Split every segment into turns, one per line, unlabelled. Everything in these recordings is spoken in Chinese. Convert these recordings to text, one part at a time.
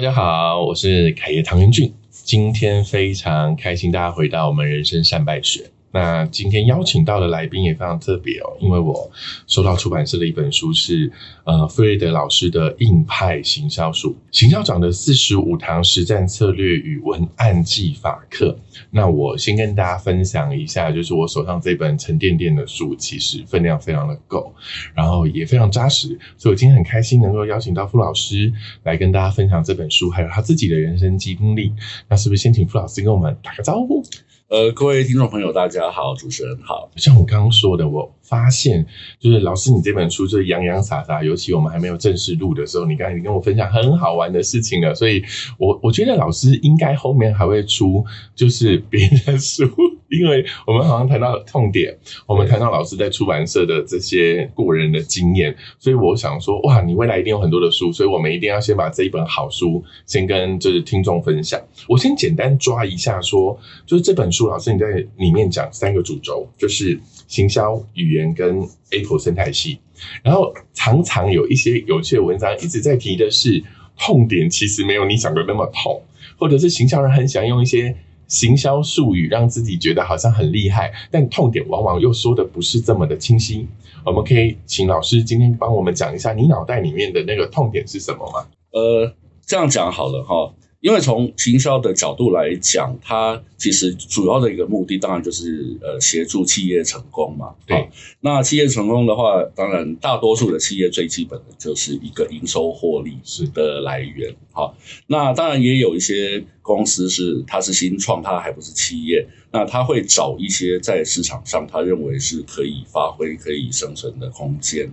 家好，我是凯爷唐元俊，今天非常开心，大家回到我们人生善败学。那今天邀请到的来宾也非常特别哦，因为我收到出版社的一本书是呃费瑞德老师的《硬派行销术：行销长的四十五堂实战策略与文案技法课》。那我先跟大家分享一下，就是我手上这本沉甸甸的书，其实分量非常的够，然后也非常扎实，所以我今天很开心能够邀请到傅老师来跟大家分享这本书，还有他自己的人生经历。那是不是先请傅老师跟我们打个招呼？
呃，各位听众朋友，大家好，主持人好。
像我刚刚说的，我发现就是老师，你这本书就是洋洋洒洒，尤其我们还没有正式录的时候，你刚才已经跟我分享很好玩的事情了，所以我我觉得老师应该后面还会出就是别的书， 因为我们好像谈到痛点，我们
对
谈到老师在出版社的这些过人的经验，所以我想说，哇，你未来一定有很多的书，所以我们一定要先把这一本好书先跟就是听众分享。我先简单抓一下说，就是这本书，老师你在里面讲三个主轴，就是行销、语言跟 Apple 生态系。然后常常有一些有趣的文章一直在提的是痛点，其实没有你想的那么痛，或者是行销人很想用一些行销术语让自己觉得好像很厉害，但痛点往往又说的不是这么的清晰。我们可以请老师今天帮我们讲一下你脑袋里面的那个痛点是什么吗？
呃，这样讲好了哈，因为从行销的角度来讲，它其实主要的一个目的，当然就是呃协助企业成功嘛。
对
好那企业成功的话，当然大多数的企业最基本的就是一个营收获利
是
的来源。好，那当然也有一些公司是它是新创，它还不是企业，那它会找一些在市场上他认为是可以发挥、可以生存的空间。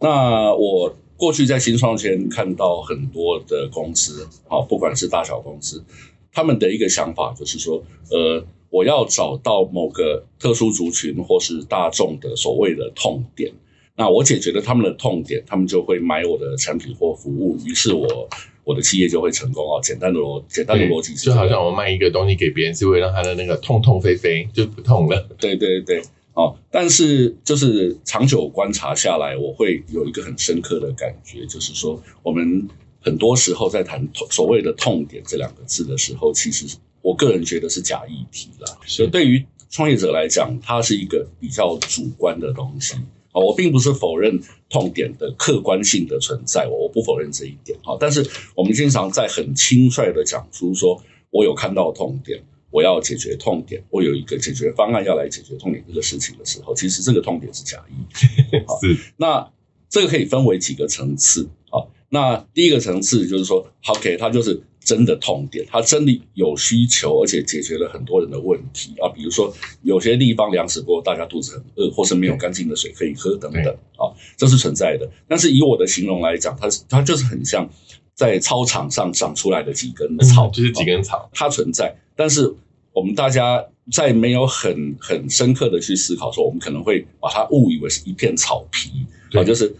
那我过去在新创圈看到很多的公司，好，不管是大小公司，他们的一个想法就是说，呃，我要找到某个特殊族群或是大众的所谓的痛点。那我解决了他们的痛点，他们就会买我的产品或服务，于是我我的企业就会成功哦。简单的逻简单的逻辑是
就
这
好
样
像我卖一个东西给别人，是为了让他的那个痛痛飞飞就不痛了。
对对对，哦，但是就是长久观察下来，我会有一个很深刻的感觉，就是说，我们很多时候在谈痛所谓的“痛点”这两个字的时候，其实我个人觉得是假议题啦。
是
就对于创业者来讲，它是一个比较主观的东西。哦，我并不是否认痛点的客观性的存在，我我不否认这一点。好、但是我们经常在很轻率的讲出说，我有看到痛点，我要解决痛点，我有一个解决方案要来解决痛点这个事情的时候，其实这个痛点是假意。好
是
那这个可以分为几个层次啊。那第一个层次就是说，OK，它就是真的痛点，它真的有需求，而且解决了很多人的问题啊。比如说，有些地方粮食不够，大家肚子很饿，或是没有干净的水可以喝等等
对
啊，这是存在的。但是以我的形容来讲，它是它就是很像在操场上长出来的几根草，
嗯就是几
啊
根草，
它存在，但是我们大家在没有很很深刻的去思考说，我们可能会把它误以为是一片草皮，
对
啊，就是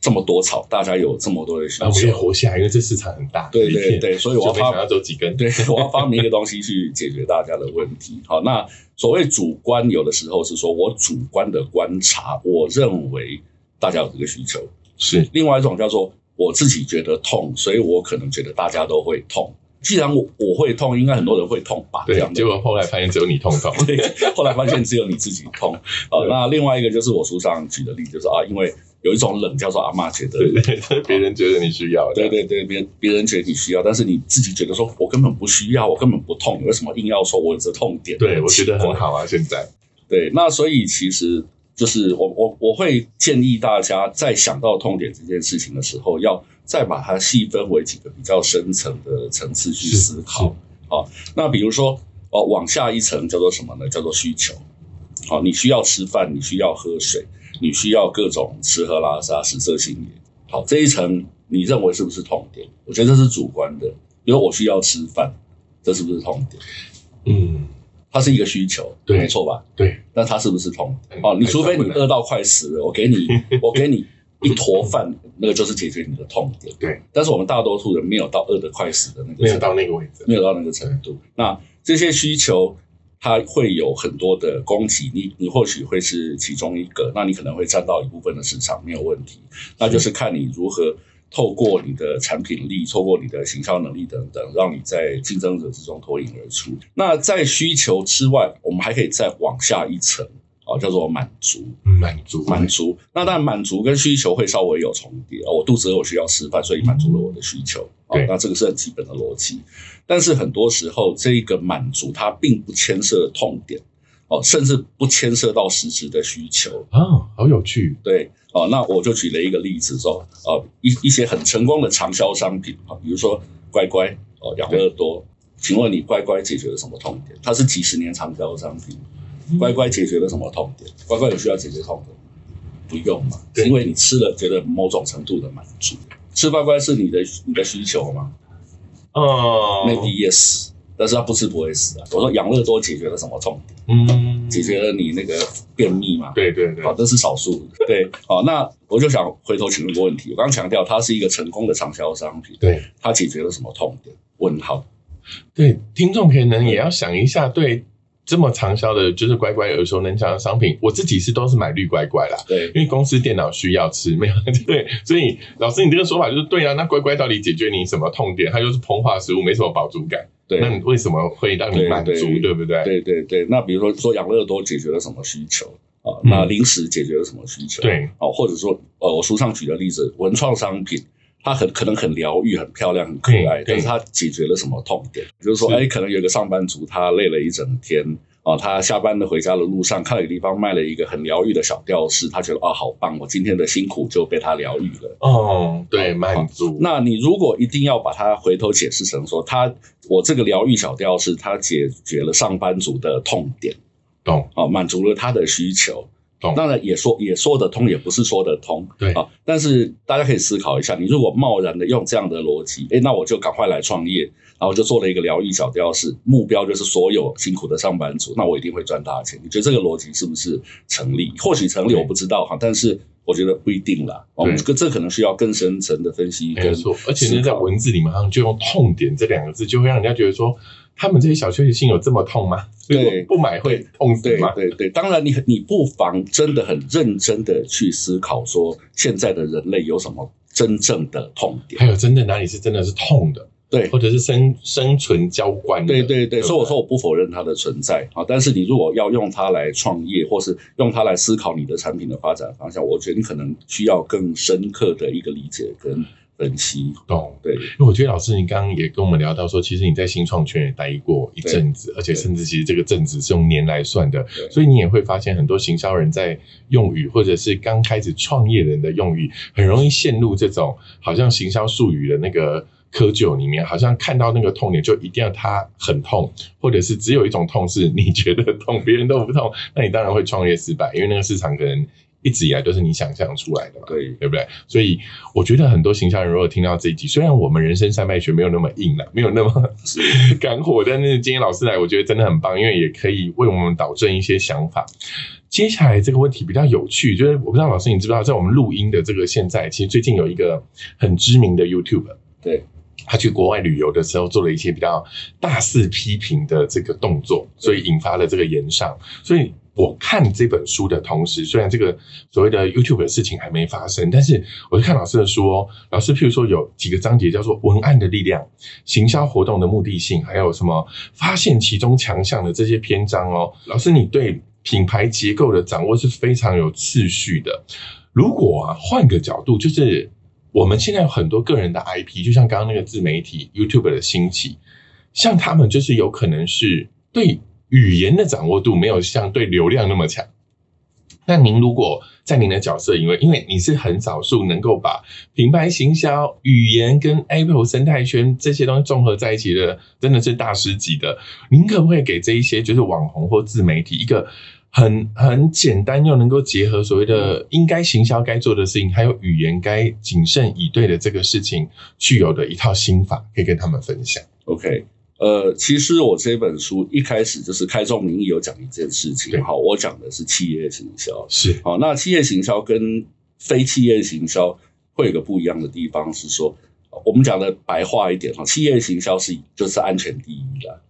这么多草，大家有这么多的需
然后我们也
求，
活下来，因为这市场很大。
对
一
对
片，
对，所以我要
就没想
发
到走几根。
对，我要发明一个东西去解决大家的问题。 好，那所谓主观，有的时候是说我主观的观察，我认为大家有这个需求，
是
另外一种叫做我自己觉得痛，所以我可能觉得大家都会痛。既然我我会痛，应该很多人会痛吧？这
对
样。的
结果后来发现只有你痛痛。
对， 后来发现只有你自己痛。好，
对
那另外一个就是我书上举的例子，就是啊，因为有一种冷叫做阿嬷觉得
对
冷，
对，对别人觉得你需要的。
对对对，别人别人觉得你需要，但是你自己觉得说我根本不需要，我根本不痛，你为什么硬要说我有这痛点？
对，我觉得
奇怪
很好啊。现在
对，那所以其实就是我我我会建议大家在想到痛点这件事情的时候，要再把它细分为几个比较深层的层次去
是
思考。好、那比如说哦，往下一层叫做什么呢？叫做需求。好、你需要吃饭，你需要喝水，你需要各种吃喝拉撒、食色性也。好，这一层你认为是不是痛点？我觉得这是主观的，比如我需要吃饭，这是不是痛点？
嗯，
它是一个需求，
对
没错吧？
对，
那它是不是痛
嗯？
哦，你
还
除非
算
你
不能
饿到快死了，我给 你，我给你一坨饭，那个就是解决你的痛点。
对，
但是我们大多数人没有到饿得快死的那个
没有
程度，
到那个位置。
没有到那个程度。那这些需求，它会有很多的供给，你你或许会是其中一个，那你可能会占到一部分的市场，没有问题。那就是看你如何透过你的产品力，透过你的行销能力等等，让你在竞争者之中脱颖而出。那在需求之外，我们还可以再往下一层啊，叫做满足。
满足
嗯满足，那但满足跟需求会稍微有重叠哦。我肚子饿，我需要吃饭，所以满足了我的需求。哦
对，
那这个是很基本的逻辑。但是很多时候，这个满足它并不牵涉痛点哦，甚至不牵涉到实质的需求。
啊，好有趣，
对哦，那我就举了一个例子说，哦，一一些很成功的畅销商品啊、哦，比如说乖乖哦，养乐多。请问你乖乖解决了什么痛点？它是几十年畅销商品，乖乖解决了什么痛点？乖乖有需要解决痛点？不用嘛，
对
因为你吃了觉得某种程度的满足。吃乖乖是你的你的需求吗
哦，
？Maybe yes，但是他不吃不会死啊。我说养乐多解决了什么痛点？
嗯，
解决了你那个便秘吗？
对对对
好，，这是少数。对，好，那我就想回头请问个问题。我刚刚强调它是一个成功的畅销商品，
对
它解决了什么痛点？问号。
对，听众可能也要想一下，对这么畅销的，就是乖乖耳熟能详的商品，我自己是都是买绿乖乖啦。
对，
因为公司电脑需要吃，没有对，所以老师，你这个说法就是对啊。那乖乖到底解决你什么痛点？它就是膨化食物，没什么饱足感。
对，
那你为什么会让你满足？
对对
对不对？
对对对，那比如说说养乐多解决了什么需求啊？
嗯
那零食解决了什么需求？，
对
哦，或者说呃，我书上举的例子，文创商品。它很可能很疗愈、很漂亮、很可爱，
对对
但是它解决了什么痛点？比如说，
是
哎，可能有个上班族，他累了一整天，哦，他下班的回家的路上，看到有地方卖了一个很疗愈的小吊饰，他觉得啊、好棒，我今天的辛苦就被他疗愈了。
哦，对，满足。
那你如果一定要把它回头解释成说，他我这个疗愈小吊饰，它解决了上班族的痛点，
懂
啊，满足了他的需求。
懂
当然也说也说得通，也不是说得通，
对
啊。但是大家可以思考一下，你如果贸然的用这样的逻辑，诶，那我就赶快来创业，然后就做了一个疗愈小吊饰，目标就是所有辛苦的上班族，那我一定会赚大钱。你觉得这个逻辑是不是成立？或许成立，
对
我不知道哈，但是我觉得不一定啦。我们
对
这这可能需要更深层的分析
没
跟
错，而且呢，
思
在
考
文字里面好像就用“痛点”这两个字，就会让人家觉得说，他们这些小确幸有这么痛吗？
对
如果不买会痛死
对
吗？
对对，当然你你不妨真的很认真的去思考，说现在的人类有什么真正的痛点
还。有真的哪里是真的是痛的，
对
或者是生生存交关的？
对对对，
不
所以我说我不否认它的存在啊，但是你如果要用它来创业，或是用它来思考你的产品的发展方向，我觉得你可能需要更深刻的一个理解跟分析。
懂。
对
因为我觉得老师，你刚刚也跟我们聊到说，其实你在新创圈也待过一阵子，而且甚至其实这个阵子是用年来算的，
对
所以你也会发现很多行销人在用语，或者是刚开始创业人的用语，很容易陷入这种好像行销术语的那个窠臼里面，好像看到那个痛点就一定要它很痛，或者是只有一种痛是你觉得痛，别人都不痛，那你当然会创业失败，因为那个市场可能一直以来都是你想象出来的嘛。
对
对不对？所以我觉得很多行销人如果听到这一集，虽然我们人生山脉学没有那么硬了，没有那么 干货，但是今天老师来，我觉得真的很棒，因为也可以为我们导正一些想法。接下来这个问题比较有趣，就是我不知道老师你知不知道，在我们录音的这个现在，其实最近有一个很知名的 YouTube，
对，
他去国外旅游的时候做了一些比较大肆批评的这个动作，所以引发了这个延上。所以我看这本书的同时，虽然这个所谓的 YouTube 的事情还没发生，但是我就看老师的书哦。老师譬如说有几个章节叫做“文案的力量”、“行销活动的目的性”，还有什么“发现其中强项”的这些篇章哦。老师，你对品牌结构的掌握是非常有次序的。如果啊，换个角度，就是我们现在有很多个人的 IP，就像刚刚那个自媒体 YouTube 的兴起，像他们就是有可能是对语言的掌握度没有像对流量那么强。那您如果在您的角色，因为因为你是很少数能够把品牌行销、语言跟 Apple 生态圈这些东西综合在一起的，真的是大师级的。您可不可以给这一些就是网红或自媒体一个很很简单又能够结合所谓的应该行销该做的事情，还有语言该谨慎以对的这个事情，具有的一套心法，可以跟他们分享？
OK，呃，其实我这本书一开始就是开宗明义有讲一件事
对
情，好，我讲的是企业行销。
是
好，那企业行销跟非企业行销会有个不一样的地方是说，我们讲的白话一点哈，企业行销是就是安全第一啦。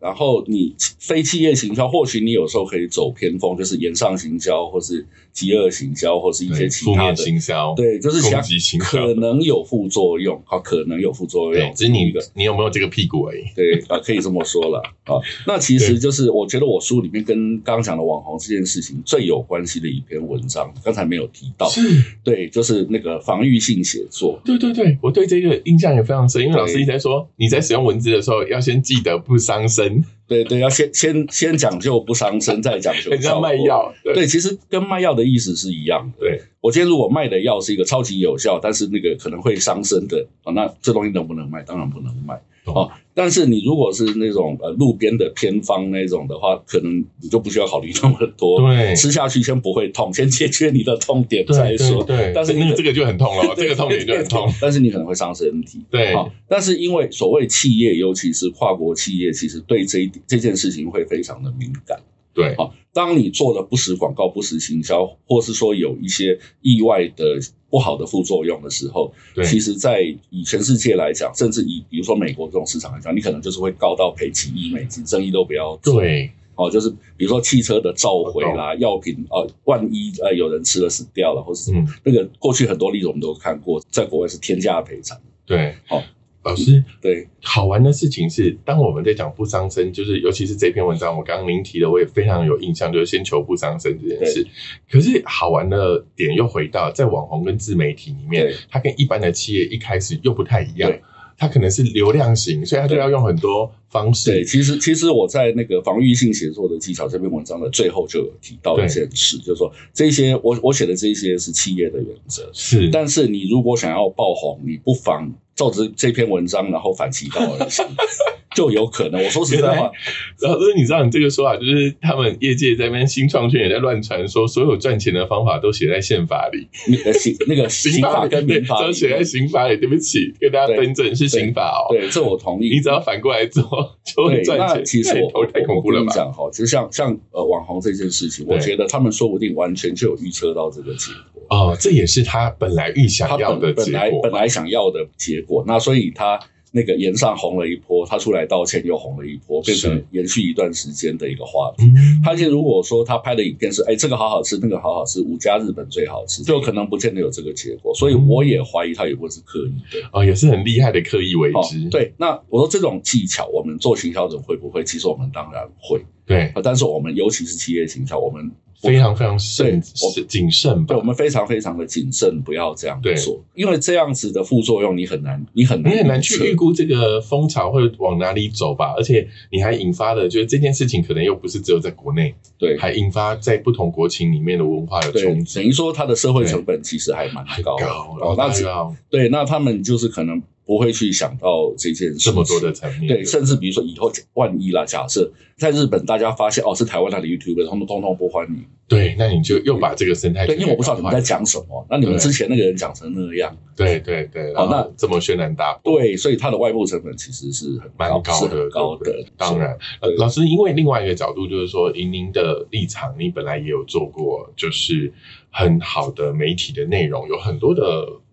然后你非企业行销，或许你有时候可以走偏锋，就是延上行销，或是饥饿行销，或是一些
对
其
负
他
面
的。
行销，
对，就是
攻
想
击行销，
可能有副作用，好，可能有副作
对
用，，
只是
一
你
个
你有没有这个屁股而已。
对啊，可以这么说了啊。那其实就是我觉得我书里面跟刚刚讲的网红这件事情最有关系的一篇文章，刚才没有提到，
是，
对，就是那个防御性写作，
对对对，我对这个印象也非常深，因为
对
老师一直在说，你在使用文字的时候要先记得不伤身，
对对，要先先先讲究不伤身，再讲究
很
效
像卖
果。
药。 对
对，其实跟卖药的意思是一样的。
对，
我今天如果卖的药是一个超级有效，但是那个可能会伤身的啊，那这东西能不能卖？当然不能卖
懂
哦。但是你如果是那种呃路边的偏方那种的话，可能你就不需要考虑那么多。
对
吃下去先不会痛，先解决你的痛点再
对
说。
对对，
但是
那
你
个这
的
个就很痛 了，这个痛点就很痛。，
但是你可能会伤身体。
对
好，但是因为所谓企业，尤其是跨国企业，其实对这一点这件事情会非常的敏感。
对
好，当你做了不实广告、不实行销，或是说有一些意外的不好的副作用的时候，
对
其实，在以全世界来讲，甚至以比如说美国这种市场来讲，你可能就是会告到赔几亿美金，生意都不要做。
对哦
哦，就是比如说汽车的召回啦，药品啊、呃万一呃有人吃了死掉了，或是什么，
嗯
那个过去很多例子我们都有看过，在国外是天价赔偿。
对，
好，
老师，
对
好玩的事情是，当我们在讲不伤身，就是尤其是这篇文章，我刚刚您提的，我也非常有印象，就是先求不伤身这件事。可是好玩的点又回到在网红跟自媒体里面
对，
它跟一般的企业一开始又不太一样
对，
它可能是流量型，所以它就要用很多方
对，
式。
其实其实我在那个防御性写作的技巧这篇文章的最后就有提到
对
一件事，就是说这些我我写的这些是企业的原则，
是，
但是你如果想要爆红，你不妨照着这篇文章，然后反其道而行， 就有可能。我说实在
原
话
来，然后就是你知道，你这个说法就是他们业界在那边新创圈也在乱传说，所有赚钱的方法都写在宪法里，
那个呃刑那个刑法跟民法
对
里
都写在
面，
刑法里。对不起，跟大家
对
更正是刑法哦。
对，这我同意。
你只要反过来 做就
对
会，赚
那
钱。
其实
太
我
头太恐怖
我
了
跟你
吧？
讲哈，就像像呃网红这件事情，我
对
觉得他们说不定完全就有预测到这个结果。
哦，这也是他本来预想
他
要的
本本
结
来
果
本。来想要的结果，那所以他那个延上红了一波，他出来道歉又红了一波，变成
是
延续一段时间的一个话题。
嗯，
他现在如果说他拍的影片是，哎，这个好好吃，那个好好吃，五家日本最好吃，就可能不见得有这个结果，所以我也怀疑他也不是刻意的。哦
哦，也是很厉害的刻意为之。
对，那我说这种技巧，我们做行销者会不会？其实我们当然会，
对，
呃但是我们尤其是企业行销，我们
非常非常慎
对我
是谨慎吧
对我。们非常非常的谨慎，不要这样
对
做，因为这样子的副作用你很难，你很难，
你很难去预。估这个风潮会往哪里走吧，而且你还引发了，就是这件事情可能又不是只有在国内，
对
还引发在不同国情里面的文化有
对
冲，
等
击，
于说它的社会成本其实还蛮高的。
高，然
哦
后，
那
大家
只
又要
对，那他们就是可能不会去想到这件事情
这么多的层面，
对，甚至比如说以后万一啦，假设在日本大家发现哦是台湾来的 YouTube，他们通通不欢迎。
对，那你就又把这个生态
对，
圈
因为我不知道你们在
搞坏
讲什么，那你们
哎对
之前那个人讲成那样，
对对对，然
哦那
后这么轩然大波，
对，所以它的外部成本其实是很
蛮
高，
高
是
的，
很高的
对不对。当然，呃
对
老师，因为另外一个角度就是说，以您的立场，你本来也有做过，就是很好的媒体的内容，有很多的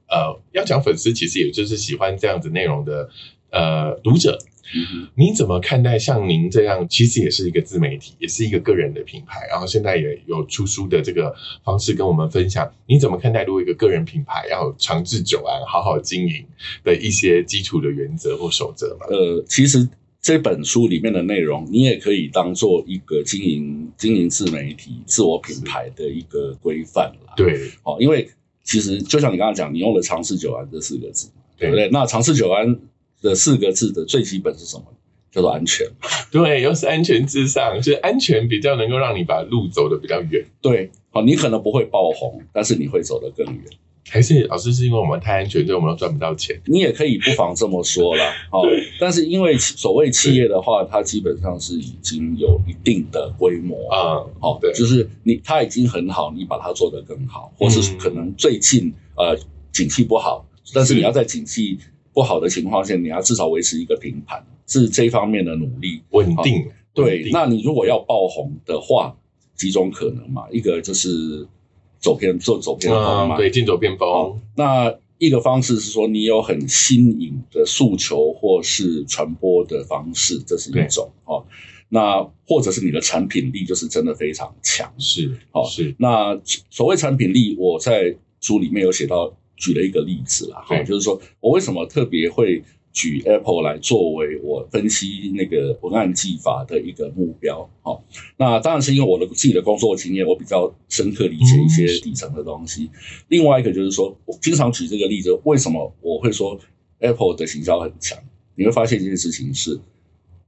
呃，要讲粉丝，其实也就是喜欢这样子内容的呃读者。
嗯哼
你怎么看待像您这样，其实也是一个自媒体，也是一个个人的品牌，然后现在也有出书的这个方式跟我们分享？你怎么看待如果一个个人品牌要长治久安、好好经营的一些基础的原则或守则 吗？
呃，其实这本书里面的内容，你也可以当做一个经营经营自媒体、自我品牌的一个规范啦。
对，
哦，因为其实就像你刚刚讲，你用了“长治久安”这四个字嘛，对不
对
对？那“长治久安”的四个字的最基本是什么？叫做安全。
对，又是安全至上，就是安全比较能够让你把路走得比较远。
对，好，你可能不会爆红，但是你会走得更远。
还是老师是因为我们太安全，所以我们都赚不到钱。
你也可以不妨这么说啦，哦。但是因为所谓企业的话，它基本上是已经有一定的规模
啊
哦，
对
就是你它已经很好，你把它做得更好，或是
嗯
可能最近呃景气不好，但
是
是你要在景气不好的情况下，你要至少维持一个平盘，是这方面的努力。
稳定。嗯稳
哦对，
定
那你如果要爆红的话，几种可能嘛，一个就是走偏做走偏锋
嗯，
嘛，
对，剑走偏锋
哦，那一个方式是说你有很新颖的诉求或是传播的方式，这是一种哦。那或者是你的产品力就是真的非常强。
是，
好
是，
那所谓产品力，我在书里面有写到，举了一个例子啦，哈，
对
就是说我为什么特别会举 Apple 来作为我分析那个文案技法的一个目标，好，那当然是因为我的自己的工作经验，我比较深刻理解一些底层的东西。另外一个就是说，我经常举这个例子，为什么我会说 Apple 的行销很强？你会发现一件事情是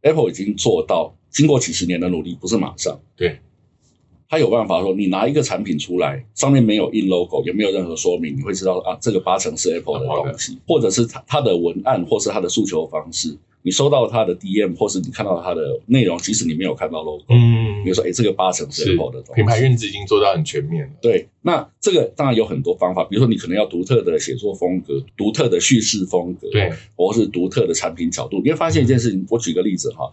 ，Apple 已经做到，经过几十年的努力，不是马上。
对，
他有办法说，你拿一个产品出来，上面没有印 logo，也没有任何说明，你会知道啊，这个八成是 Apple 的东西，或者是它它的文案，或是它的诉求方式。你收到它的 DM，或是你看到它的内容，即使你没有看到 logo，、
嗯
比如，说，哎、这个八成是
是
Apple 的东西。
品牌认知已经做到很全面了。
对，那这个当然有很多方法，比如说你可能要独特的写作风格、独特的叙事风格，
对，
或是独特的产品角度。你会发现一件事情，我举个例子哈，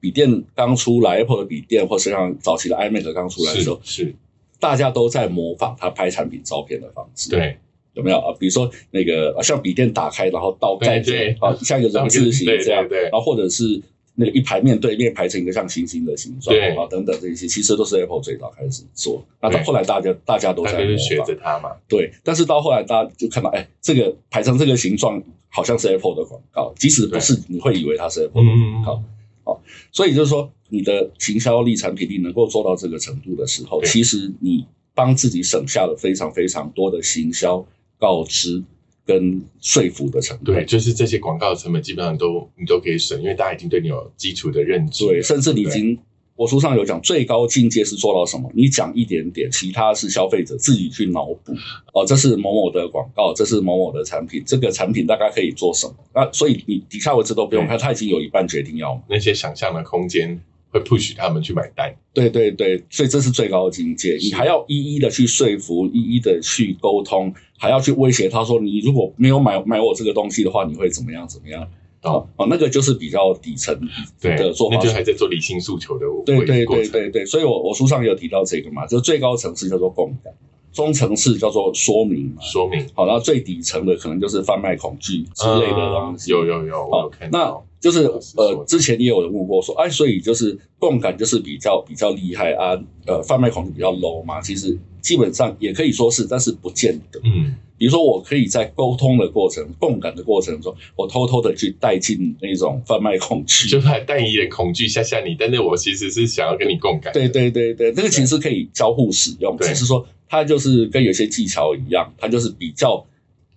笔电刚出来，Apple 的笔电，或是像早期的 iMac 刚出来的时候
是，是，
大家都在模仿它拍产品照片的方式，，
对，
有没有啊？比如说那个呃像笔电打开，然后倒盖着
对对，
啊，像一个人字形
对对
这样，
对
然后或者是。那个一排面对面排成一个像星星的形状
对
啊，等等这些，其实都是 Apple 最早开始做。那到
对
后来大家大家都
大
在
家
模
就
仿，
学着它嘛。
对，但是到后来大家就看到，哎，这个排成这个形状，好像是 Apple 的广告，即使不是，你会以为它是
嗯
Apple 的广告。所以就是说，你的行销力、产品力能够做到这个程度的时候，
对
其实你帮自己省下了非常非常多的行销告知跟说服的成
对，
本。
就是这些广告的成本基本上都你都可以省，因为大家已经对你有基础的认知了。
对，甚至你已经。我书上有讲，最高境界是做到什么？你讲一点点，其他是消费者自己去脑补。哦，这是某某的广告，这是某某的产品，这个产品大概可以做什么？那所以你底下文字都不用看，他已经有一半决定要买。
那些想象的空间会 push 他们去买单。
对对对，所以这是最高境界。
是
你还要一一的去说服，一一的去沟通，还要去威胁他说，你如果没有买买我这个东西的话，你会怎么样怎么样？哦哦，那个就是比较底层
对
的做法
那就还在做理性诉求的
对对
过
对
程。
对对，所以我我书上也有提到这个嘛，就是最高层次叫做共感，中层次叫做说明嘛，
说明
好，然后最底层的可能就是贩卖恐惧之类的东
嗯
西。
有有有，我有
好
看，
那
到。
就是
老师说
呃
的，
之前也有人问过说，哎，所以就是共感就是比较比较厉害啊，呃，贩卖恐惧比较 low 嘛，其实基本上也可以说是，但是不见得。
嗯，
比如说，我可以在沟通的过程、共感的过程中，我偷偷的去带进那种贩卖恐惧，
就是还带一点恐惧吓吓你，但是我其实是想要跟你共感。
对，对对对，这个其实可以交互使用，
对
只是说它就是跟有些技巧一样，它就是比较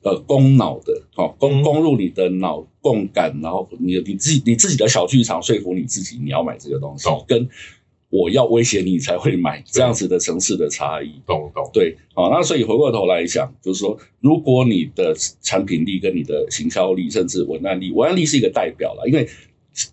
呃攻脑的，哦，攻
嗯
攻入你的脑共感，然后你你自己你自己的小剧场说服你自己你要买这个东西
懂，
跟我要威胁你才会买这样子的层次的差异。
懂懂。
对，好、那所以回过头来讲，就是说，如果你的产品力跟你的行销力，甚至文案力，文案力是一个代表了，因为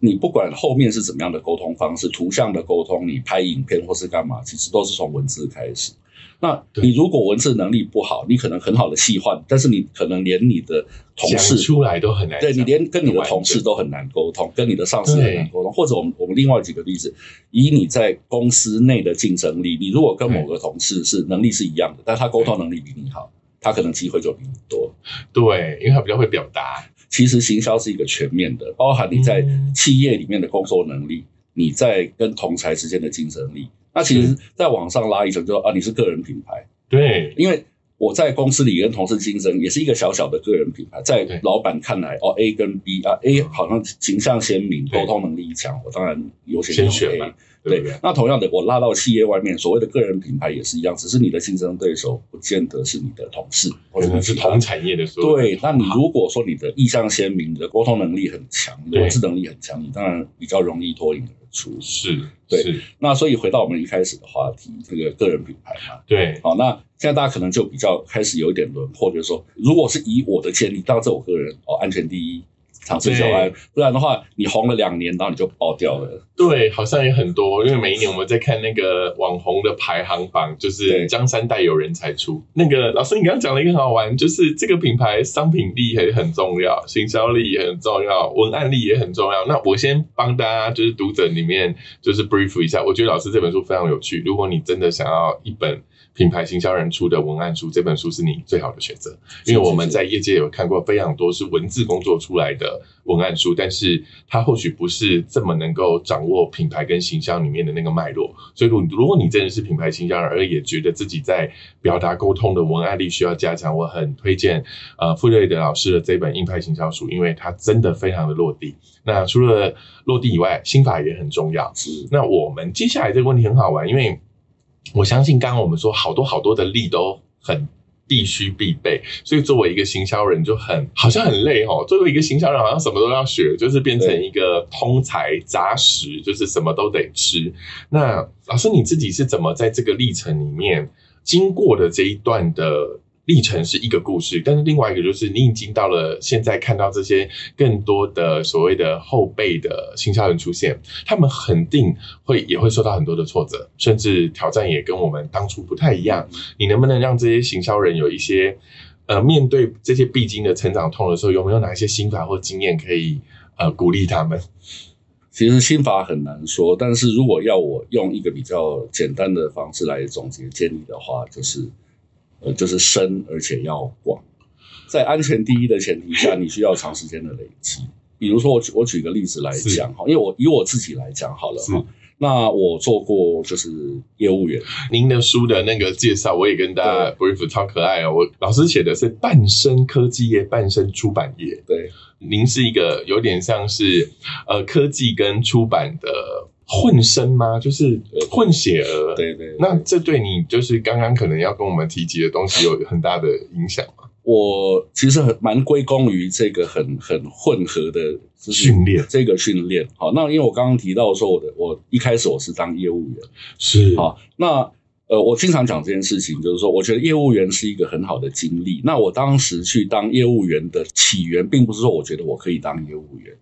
你不管后面是怎么样的沟通方式，图像的沟通，你拍影片或是干嘛，其实都是从文字开始。那你如果文字能力不好，你可能很好的细换，但是你可能连你的同
讲
事
出来都很难讲。
对你连跟你的
完
同事
整
都很难沟通，跟你的上司很难
对
沟通，或者我们我们另外举个例子，以你在公司内的竞争力，你如果跟某个同事是能力是一样的，但他沟通能力比你好，他可能机会就比你多。
对，因为他比较会表达。
其实行销是一个全面的，包含你在
嗯
企业里面的工作能力，你在跟同才之间的竞争力。那其实再往上拉一层，就说啊，你是个人品牌，
对，
因为我在公司里跟同事竞争，也是一个小小的个人品牌，在
对
老板看来，哦，A 跟 B 啊，A 好像形象鲜明，
对
沟通能力强，我当然优先
先
用
选
A
嘛。对
对
不对？
那同样的，我拉到企业外面，所谓的个人品牌也是一样，只是你的竞争对手不见得是你的同事，或
可
者
能
是
是
其他
同产业的时候。
对，那你如果说你的意向鲜明，你的沟通能力很强，你的
对
文字能力很强，你当然比较容易脱颖而出。
是，
对
是，
那所以回到我们一开始的话题，这个个人品牌嘛，
对，
好，那现在大家可能就比较开始有一点轮廓，就是说，如果是以我的建议，当然这我个人哦，安全第一，长治久安，不然的话你红了两年，然后你就爆掉了。
对，好像也很多，因为每一年我们在看那个网红的排行榜，就是
对
江山代有人才出。那个老师，你刚刚讲了一个很好玩，就是这个品牌商品力也很重要，行销力也很重要，文案力也很重要。那我先帮大家就是读者里面就是 brief 一下，我觉得老师这本书非常有趣。如果你真的想要一本品牌行销人出的文案书，这本书是你最好的选择。因为我们在业界有看过非常多是文字工作出来的文案书，但是它或许不是这么能够掌握品牌跟形象里面的那个脉络。所以，如如果你真的是品牌形象人，而也觉得自己在表达沟通的文案力需要加强，我很推荐呃傅瑞德老师的这本《硬派行销书》，因为它真的非常的落地。那除了落地以外，心法也很重要。
是
那我们接下来这个问题很好玩，因为我相信刚刚我们说好多好多的力都很必须必备，所以作为一个行销人就很好像很累哦。作为一个行销人，好像什么都要学，就是变成一个通才杂食，就是什么都得吃。那老师你自己是怎么在这个历程里面经过的这一段的？历程是一个故事，但是另外一个就是你已经到了现在看到这些更多的所谓的后辈的行销人出现，他们肯定会也会受到很多的挫折，甚至挑战也跟我们当初不太一样。你能不能让这些行销人有一些呃面对这些必经的成长痛的时候，有没有哪一些心法或经验可以呃鼓励他们？
其实心法很难说，但是如果要我用一个比较简单的方式来总结建议的话，就是，呃，就是深而且要广，在安全第一的前提下，你需要长时间的累积。比如说我举我举个例子来讲哈，因为我以我自己来讲好了
是
哈，那我做过就是业务员，
您的书的那个介绍，我也跟大家 brief 超可爱哦。我老师写的是半身科技业，半身出版业。
对，
您是一个有点像是呃科技跟出版的混身吗？就是混血儿。
对对对。
那这对你就是刚刚可能要跟我们提及的东西有很大的影响吗？
我其实很蛮归功于这个很很混合的就是
训练
这个训练。好，那因为我刚刚提到说我的我一开始我是当业务员。
嗯是
好那呃，我经常讲这件事情，就是说，我觉得业务员是一个很好的经历。那我当时去当业务员的起源，并不是说我觉得我可以当业务员，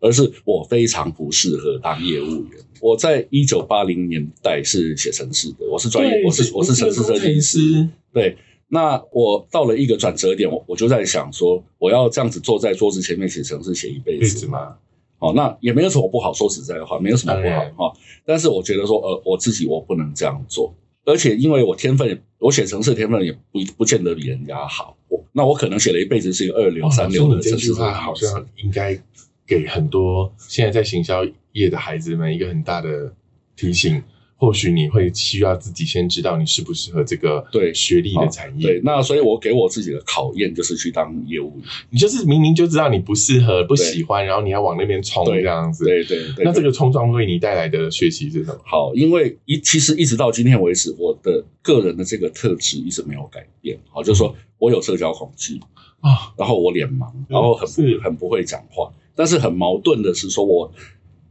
而是我非常不适合当业务员。我在一九八零年代是写城市的，我是专业，我是我是城市设计师。
师，
对，那我到了一个转折点，我我就在想说，我要这样子坐在桌子前面写程式写一辈
对
子
子吗？
哦，那也没有什么不好。说实在的话，没有什么不
当
好
然
哈、哦。但是我觉得说，呃，我自己我不能这样做，而且因为我天分也，我写程式的天分也不不见得比人家好。我那我可能写了一辈子是一个二流、三
啊哦说
流
你
的
这
程
句
式
话好像应该给很多现在在行销业的孩子们一个很大的提醒。或许你会需要自己先知道你适不适合这个
对
学历的产业
对，，那所以我给我自己的考验就是去当业务员。
你就是明明就知道你不适合、不喜欢，然后你要往那边冲这
对
样子。
对对对，
那这个冲撞为你带来的学习是什么？
好，因为一其实一直到今天为止，我的个人的这个特质一直没有改变。好，就是说我有社交恐惧，
啊，
然后我脸盲，然后很
是
很不会讲话。但是很矛盾的是，说我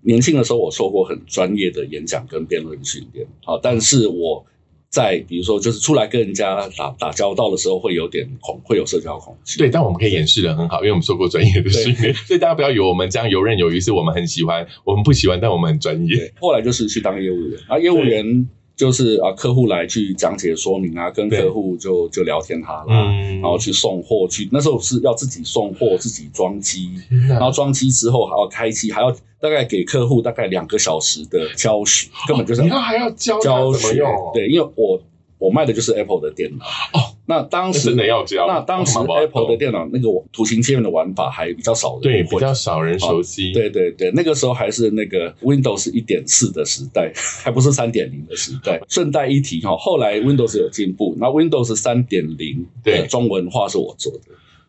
年轻的时候我受过很专业的演讲跟辩论训练，好，但是我在比如说就是出来跟人家打打交道的时候，会有点恐，会有社交恐惧。
对，但我们可以掩饰的很好，因为我们受过专业的训练，所以大家不要以为我们这样游刃有余，是我们很喜欢，我们不喜欢，但我们很专业。
对，后来就是去当业务员，啊，业务员就是啊，客户来去讲解说明啊，跟
对
客户就就聊天哈啦，
嗯
然后去送货去，那时候是要自己送货，自己装机，
然
然后装机之后还要开机，还要大概给客户大概两个小时的教学，根本就是
哦你要还要教他
教
怎么
学
用，，
对，因为我我卖的就是 Apple 的电脑，
哦，
那当
那
时
真的要教。
那当时
我蛮
Apple 的
哦懂
电脑那个图形界面的玩法还比较少人
对比
会
较少人熟悉，
对对对，那个时候还是那个 Windows 一点四的时代，还不是三点零的时代。顺带一提哈，后来 Windows 有进步，那 Windows 三点零
对
的中文化是我做的。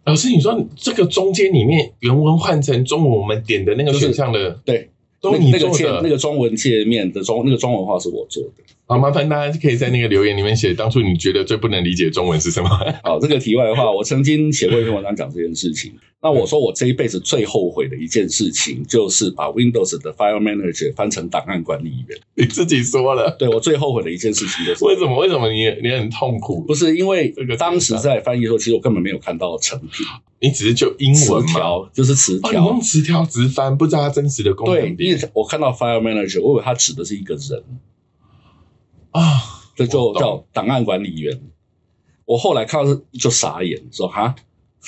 老师，你说这个中间里面原文换成中文，我们点的那个
就是
选项的，
对，
都
那
你
那个
做
界那
的
个中文界面的中那个中文化是我做的。
好，麻烦大家可以在那个留言里面写，当初你觉得最不能理解的中文是什么？
好，哦这个题外话，我曾经写过一篇文章讲这件事情。那我说我这一辈子最后悔的一件事情，就是把 Windows 的 File Manager 翻成档案管理员。
你自己说了，
对我最后悔的一件事情就是，
为什么？为什么你你很痛苦
不？是因为
这个
当时在翻译的时候，其实我根本没有看到成品
你只是就英
词
文吗？
条，就是词
哦，你
条。
用词条直翻，不知道它真实的功
对
能，比
因为我看到 File Manager，我以为它指的是一个人，
啊，
这就
我懂
叫档案管理员。我后来看到是就傻眼，说哈，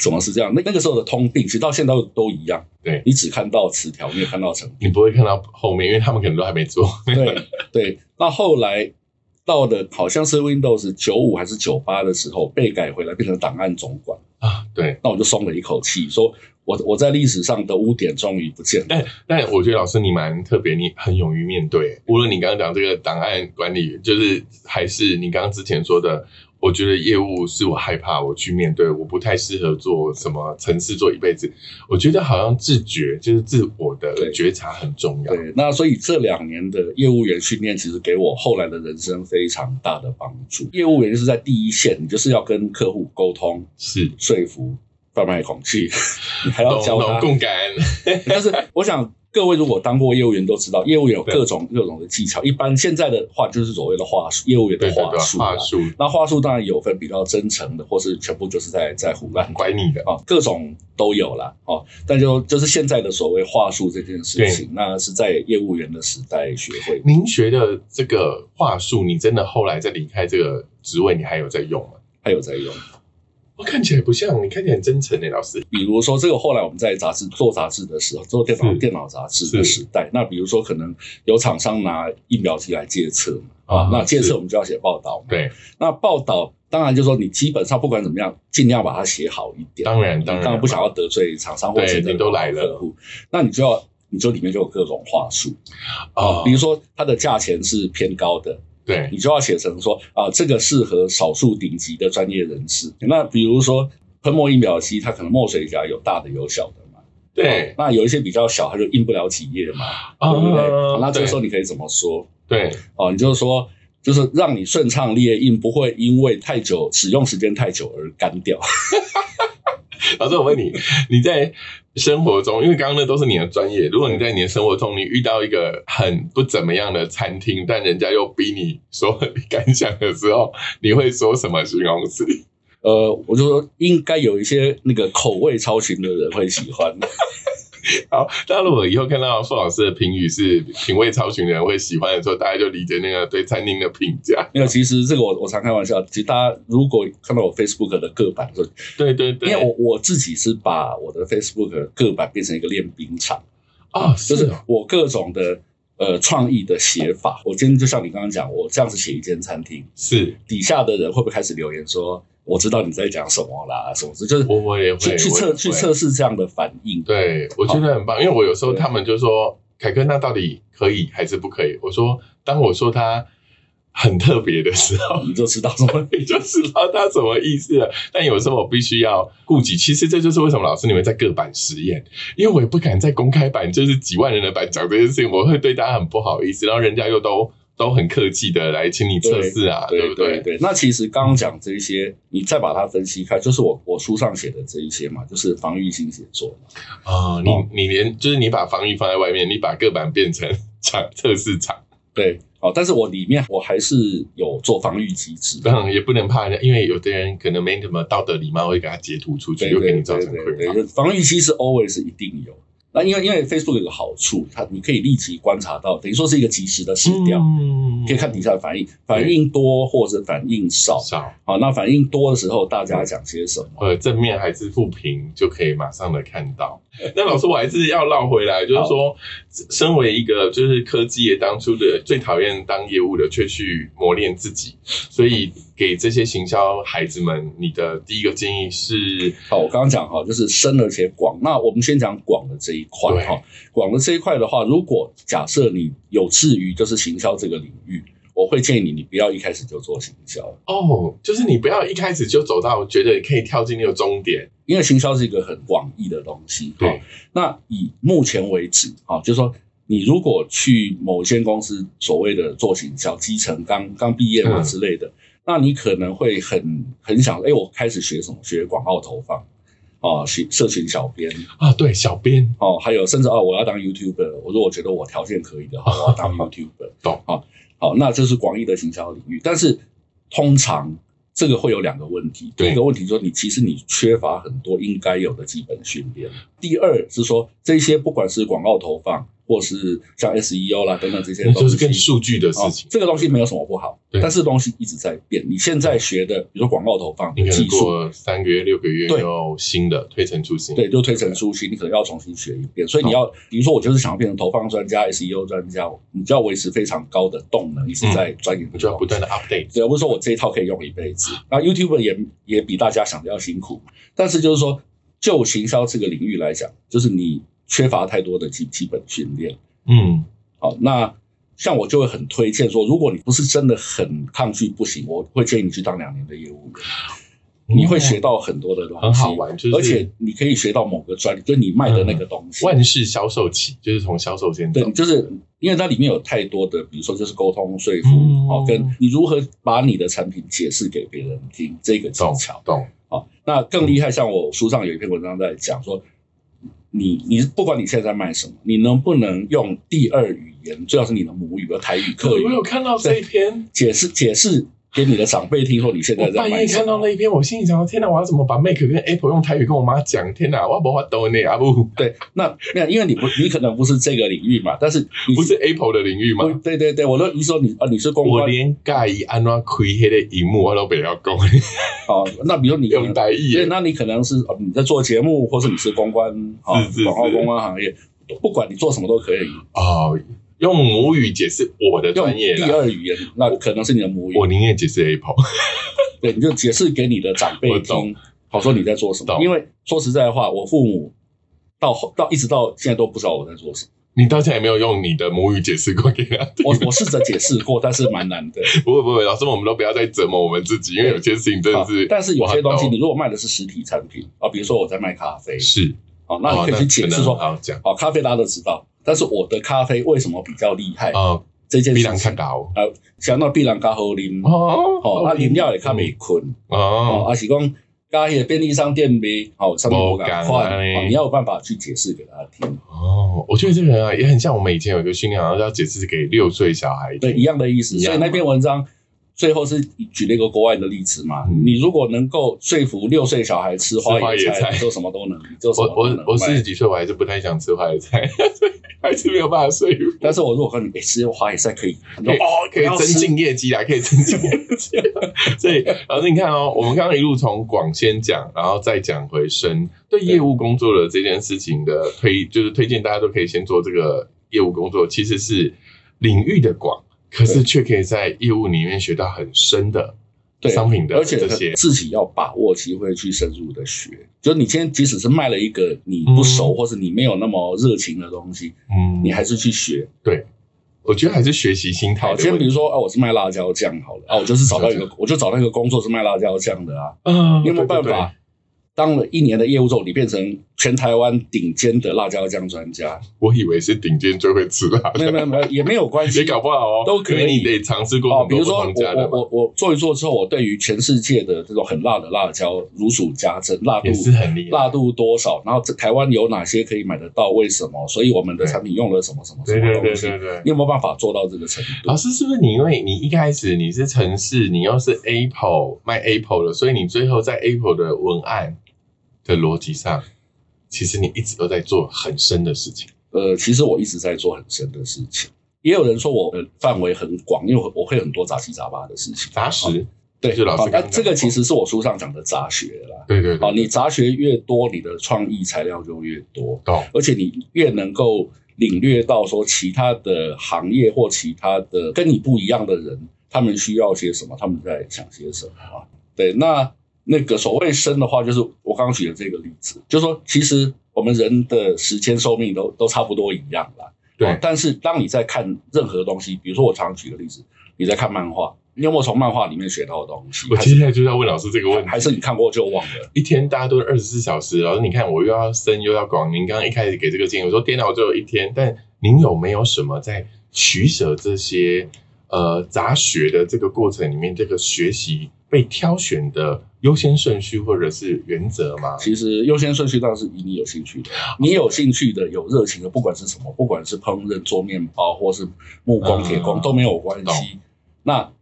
怎么是这样？那那个时候的通病，其实到现在都都一样。
对
你只看到词条，没有看到成品。
你不会看到后面，因为他们可能都还没做。
对对，那后来到的好像是 Windows 九五还是九八的时候被改回来变成档案总管，
啊，对，
那我就松了一口气，说我我在历史上的污点终于不见了。
但我觉得老师你蛮特别，你很勇于面对。无论你刚刚讲这个档案管理，就是还是你刚刚之前说的，我觉得业务是我害怕我去面对，我不太适合做什么城市做一辈子。我觉得好像自觉就是自我的
对
觉察很重要。
对，那所以这两年的业务员训练，其实给我后来的人生非常大的帮助。业务员就是在第一线，你就是要跟客户沟通、
是，
说服、贩卖 恐惧，你还要
懂
教他
懂共感，
但是我想各位如果当过业务员都知道，业务员有
对
各种各种的技巧。一般现在的话就是所谓的话术，业务员
对
的
对对
话，术啊啦
话术
那话术当然有分比较真诚的，或是全部就是在在胡乱
管你的，
啊，各种都有啦哦。但就就是现在的所谓话术这件事情，那是在业务员的时代学会。
您学的这个话术，你真的后来在离开这个职位，你还有在用吗？
还有在用，
我看起来不像，你看起来很真诚欸诶、老师。
比如说这个后来我们在杂志做杂志的时候，做电脑
是
电脑杂志的
是
时代，那比如说可能有厂商拿印表机来借册嘛，啊，那借
哦是
册我们就要写报道嘛，
对，
那报道当然就说你基本上不管怎么样，尽量把它写好一点。
当然当然
当然不想要得罪厂商或
对
者
你都来了
客户，那你就要你就里面就有各种话术
啊
比如说它的价钱是偏高的，
对，
你就要写成说啊、这个适合少数顶级的专业人士。那比如说喷墨印表机，它可能墨水夹有大的有小的嘛，
对，
那有一些比较小，它就印不了几页嘛，
啊
对不对？那这
对
个时候你可以怎么说？
对，
哦，你就是说，就是让你顺畅列印，不会因为太久使用时间太久而干掉。
老师，我问你，你在生活中，因为刚刚那都是你的专业，如果你在你的生活中，你遇到一个很不怎么样的餐厅，但人家又逼你说你感想的时候，你会说什么形容词？
呃，我就说应该有一些那个口味超群的人会喜欢。
好，大家如果以后看到傅老师的评语是品味超群的人会喜欢的时候，大家就理解那个对餐厅的评价。
没有，其实这个我我常开玩笑，其实大家如果看到我 Facebook 的个版，就
对对对，
因为我我自己是把我的 Facebook 的个版变成一个练兵场，
啊、是
就是
哦
我各种的。呃，创意的写法，我今天就像你刚刚讲，我这样子写一间餐厅，
是，
底下的人会不会开始留言说，我知道你在讲什么啦，什么之就是
我我也会
去去
我也
测
会
去测试这样的反应。
对，我觉得很棒，因为我有时候他们就说：“凯哥，那到底可以还是不可以？”我说：“当我说他很特别的时候，
你就知道啊什么。
你就知道他什么意思了。”但有时候我必须要顾及，其实这就是为什么老师你们在各版实验，因为我也不敢在公开版，就是几万人的版讲这件事情，我会对大家很不好意思，然后人家又都都很客气的来请你测试啊，对
对
不
对
对？
对，那其实刚刚讲这一些，你再把它分析开，就是我我书上写的这一些嘛，就是防御性写作嘛。
啊、
哦
你你连就是你把防御放在外面，你把各版变成场测试场。
对，好，但是我里面我还是有做防御机制的。
嗯，也不能怕人家，因为有的人可能没什么道德礼貌，会给他截图出去，
对
又给
对
你造
对
成
对
困
对，
扰。
就防御机制 always 一定有。那因为因为 Facebook 有个好处，它你可以立即观察到，等于说是一个及时的试调，
嗯
可以看底下的反应，反应多或者反应少。
少，
好，那反应多的时候，大家讲些什么？
呃，正面还是负评，就可以马上的看到。 那老师，我还是要绕回来，就是说，身为一个就是科技业当初的最讨厌当业务的，却去磨练自己，所以给这些行销孩子们，你的第一个建议是，
好，我刚刚讲哈，就是深而且广。那我们先讲广的这一块
对
哈，广的这一块的话，如果假设你有志于就是行销这个领域，我会建议你，你不要一开始就做行销，
哦，就是你不要一开始就走到觉得可以跳进那个终点，
因为行销是一个很广义的东西。哈，那以目前为止啊，就是说你如果去某间公司所谓的做行销，基层刚刚毕业嘛
嗯
之类的，那你可能会很很想，哎，我开始学什么？学广告投放，啊，学社群小编，
啊，对，小编
哦，还有甚至啊、哦，我要当 YouTuber，我说我觉得我条件 可以的话，我要当 YouTuber，
懂
啊、好，那这是广义的行销领域，但是通常这个会有两个问题，第
对
一个问题就是你其实你缺乏很多应该有的基本训练，第二是说这些不管是广告投放或是像 SEO 啦等等这些
那
东
就
西，
是跟数据的事
哦
情，，
这个东西没有什么不好，
对
但是东西一直在变，你现在学的，比如说广告投放
你
的
可
技
能
术，
过三个月、六个月
对
又新的推陈出新，
对，就推陈出新，你可能要重新学一遍。所以你要，比如说我就是想要变成投放专家、SEO 专家，你就要维持非常高的动能，一直在钻研、
你嗯就要不断。的 update。
只不是说我这一套可以用一辈子。那 YouTube 也也比大家想的要辛苦，但是就是说，就行销这个领域来讲，就是你缺乏太多的基基本训练。
嗯，
好，那像我就会很推荐说，如果你不是真的很抗拒不行，我会建议你去当两年的业务员。你会学到很多的东西，
哦很好玩就是
而且你可以学到某个专利，就你卖的那个东西。
万事销售起，就是从销售先走
对，。就是因为它里面有太多的，比如说就是沟通说服，
嗯
哦，跟你如何把你的产品解释给别人听这个技
懂
巧。
懂，
哦，那更厉害，像我书上有一篇文章在讲说，你你不管你现在在卖什么，你能不能用第二语言，最好是你的母语，比如台语、客语
我，有看到这一篇，
解释解释给你的长辈听说你现
我
在在
半
卖
夜
什
看到
么。
那一篇，我心里想：天哪，我要怎么把 Make 跟 Apple 用台语跟我妈讲？天哪，我不法懂你阿布，
对，那那因为你不你可能不是这个领域嘛，但是你
不是 Apple 的领域吗
我？哦对对对，我都你说你啊，你是公
我
关
连盖伊安怎开黑的荧幕我都不要讲，
哦，那比如你可能
用台语
对，
耶。
那你可能是哦你在做节目，或是你是公关啊
是，是
广告
是
公关行业，不管你做什么都可以
哦，用母语解释我的
用
专业
第
啦，
二语言，那可能是你的母语
我，宁愿解释 Apple。
对，你就解释给你的长辈
我懂
听，好说你在做什么。
懂
因为说实在话，我父母到后到一直到现在都不知道我在做什么，
你到现在也没有用你的母语解释过给他 听。
我我试着解释过，但是蛮难的。
不会不会，老师，我们都不要再折磨我们自己，因为有些事 情真的
啊
是，
但是有些东西
我
你如果卖的是实体产品啊，比如说我在卖咖啡，
是，
啊，那你可以去解释
哦那可能
说
很好讲
哦，咖啡大家都知道，但是我的咖啡为什么比较厉害？
哦，
这件
比
事
人较
情，
高
呃，想到必然咖好啉，
哦
哦，啊，饮料也较袂困，哦，
哦，
啊是讲加迄个便利商店卖，哦，上面无
不一啊
敢
样
换，
安尼
哦，你要有办法去解释给他听，
哦，我觉得这个啊也很像我们以前有一个训练，然后要解释给六岁小孩
对，
听
一。样的意思。
一样
所以那篇文章最后是举了一个国外的例子嘛，
嗯
你如果能够说服六岁小孩吃花
吃花
椰
椰
菜，
菜
你就什么都能，你就什
我
么都
我
能
我四十
卖。
几岁，我还是不太想吃坏菜， 所以还是没有办法说服。
但是我如果跟你，哎，吃花椰菜可以，你
可
说
以
哦，
可以
我要
增
吃
进业绩啦，可以增进业绩。 所以老师，你看哦，我们刚刚一路从广先讲，然后再讲回深，对业务工作的这件事情的推，就是推荐大家都可以先做这个业务工作，其实是领域的广，可是却可以在业务里面学到很深的
对
商品的
而且
啊这些。
自己要把握机会去深入的学。就是你今天即使是卖了一个你不熟、
嗯
或是你没有那么热情的东西，
嗯
你还是去学。
我觉得还是学习心态
好，
的
今
哎
天
问
比如
题。
说啊，我是卖辣椒酱好了，啊，我就是找到一
辣
个，我就找到一个工作是卖辣椒酱的啊，
嗯
你有没有办？
对对对
法？当了一年的业务之后，你变成全台湾顶尖的辣椒酱专 家，
我以为是顶尖最会吃辣
没
的，
有没有没有，也没有关系，
也搞不好哦，
都可以
因为你得尝试过
哦，
很
比
多
如
不
说我
同家的
我
嘛，
我我做一做之后，我对于全世界的这种很辣的辣椒如数家珍，辣度
也是很厉害。
辣度多少，然后这台湾有哪些可以买得到，为什么？所以我们的
对
产品用了什么什么什
对
么
对对
东西
对，对。
你有没有办法做到这个程度？
老师是不是你？因为你一开始你是城市，你又是 Apple 卖 Apple 的，所以你最后在 Apple 的文案的逻辑上，其实你一直都在做很深的事情。
呃，其实我一直在做很深的事情，也有人说我的范围很广，因为我我会很多杂七杂八的事情。啊
杂食，
对，
就老师
好
刚刚
那
讲
这个
过
其实是我书上讲的杂学啦。
对对
好，
对，
你杂学越多，你的创意材料就越多，
懂。
而且你越能够领略到说其他的行业或其他的跟你不一样的人，他们需要些什么，他们在想些什么啊？对，那那个所谓生的话，就是我刚刚举的这个例子，就是说其实我们人的时间寿命都都差不多一样啦。
对
哦，但是当你在看任何东西，比如说我常举个例子，你在看漫画，你有没有从漫画里面学到的东西？
我
还
接
是
下来就要问老师这个问题。
还是你看过就忘了？
一天大家都二十四小时，老师你看我又要深又要广，您刚刚一开始给这个建议，我说电脑只有一天，但您有没有什么在取舍这些呃杂学的这个过程里面，这个学习被挑选的优先顺序或者是原则吗？
其实优先顺序当然是以你有兴趣的，你有兴趣的、有热情的，不管是什么，不管是烹饪、做面包，或是木工、铁工、
嗯
都没有关
懂
系。那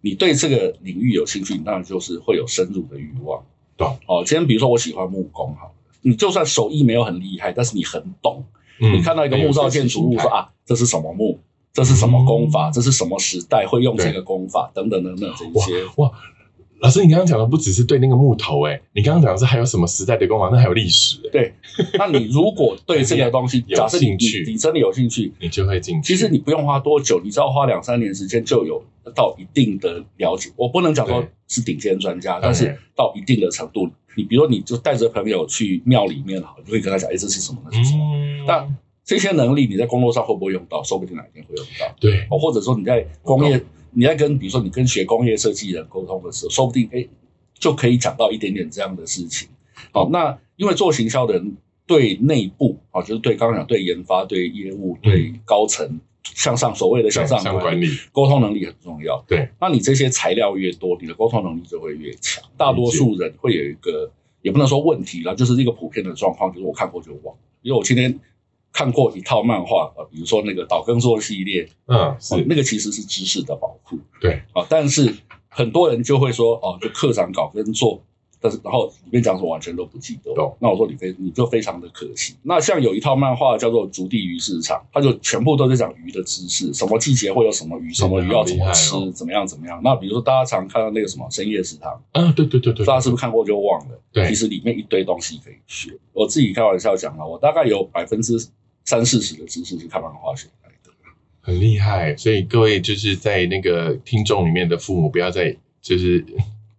你对这个领域有兴趣，你当然就是会有深入的欲望。
懂
哦，今天比如说我喜欢木工，好了，你就算手艺没有很厉害，但是你很懂，
嗯
你看到一个木造建筑物，说，啊，这是什么木，这是什么工法，
嗯
这是什么时代会用这个工法，等等等等这一些。
嗯老师，你刚刚讲的不只是对那个木头、哎，你刚刚讲的是还有什么时代的功法，那还有历史、哎
对，那你如果对这个东西，
有
假设你
兴趣
你你真的有兴趣，
你就会进去。
其实你不用花多久，你只要花两三年时间就有到一定的了解。我不能讲说
对
是顶尖专家，
当然
但是到一定的程度，你比如说你就带着朋友去庙里面好，你就会跟他讲，哎，这是什么？那是什么？
嗯，
那这些能力你在工作上会不会用到？说不定哪一天会用到。
对，
哦，或者说你在工业，你在跟比如说你跟学工业设计人沟通的时候，说不定哎就可以讲到一点点这样的事情。好、那因为做行销的人对内部啊、哦，就是对刚刚讲对研发、对业务、对高层向上所谓的向
向
上
上
管
管
理，
理，
沟通能力很重要。
对，
那你这些材料越多，你的沟通能力就会越强。大多数人会有一个，也不能说问题啦，就是一个普遍的状况，就是我看过就忘。因为我今天看过一套漫画，呃，比如说那个岛根作系列，
嗯，
哦
是，
那个其实是知识的宝库
对，
啊。但是很多人就会说，哦，就课长搞跟做，但是然后里面讲什么完全都不记得
懂。
那我说你非你就非常的可惜。那像有一套漫画叫做《足地鱼市场》，它就全部都在讲鱼的知识，什么季节会有什么鱼，什么鱼要怎么吃
好厉害，哦
怎么样怎么样。那比如说大家常看到那个什么深夜食堂，
嗯，对对对对，
大家是不是看过就忘了？
对
其实里面一堆东西可以学。我自己开玩笑讲了，啊我大概有百分之三四十的知识是看漫画学来的。
很厉害，所以各位就是在那个听众里面的父母，不要再 就是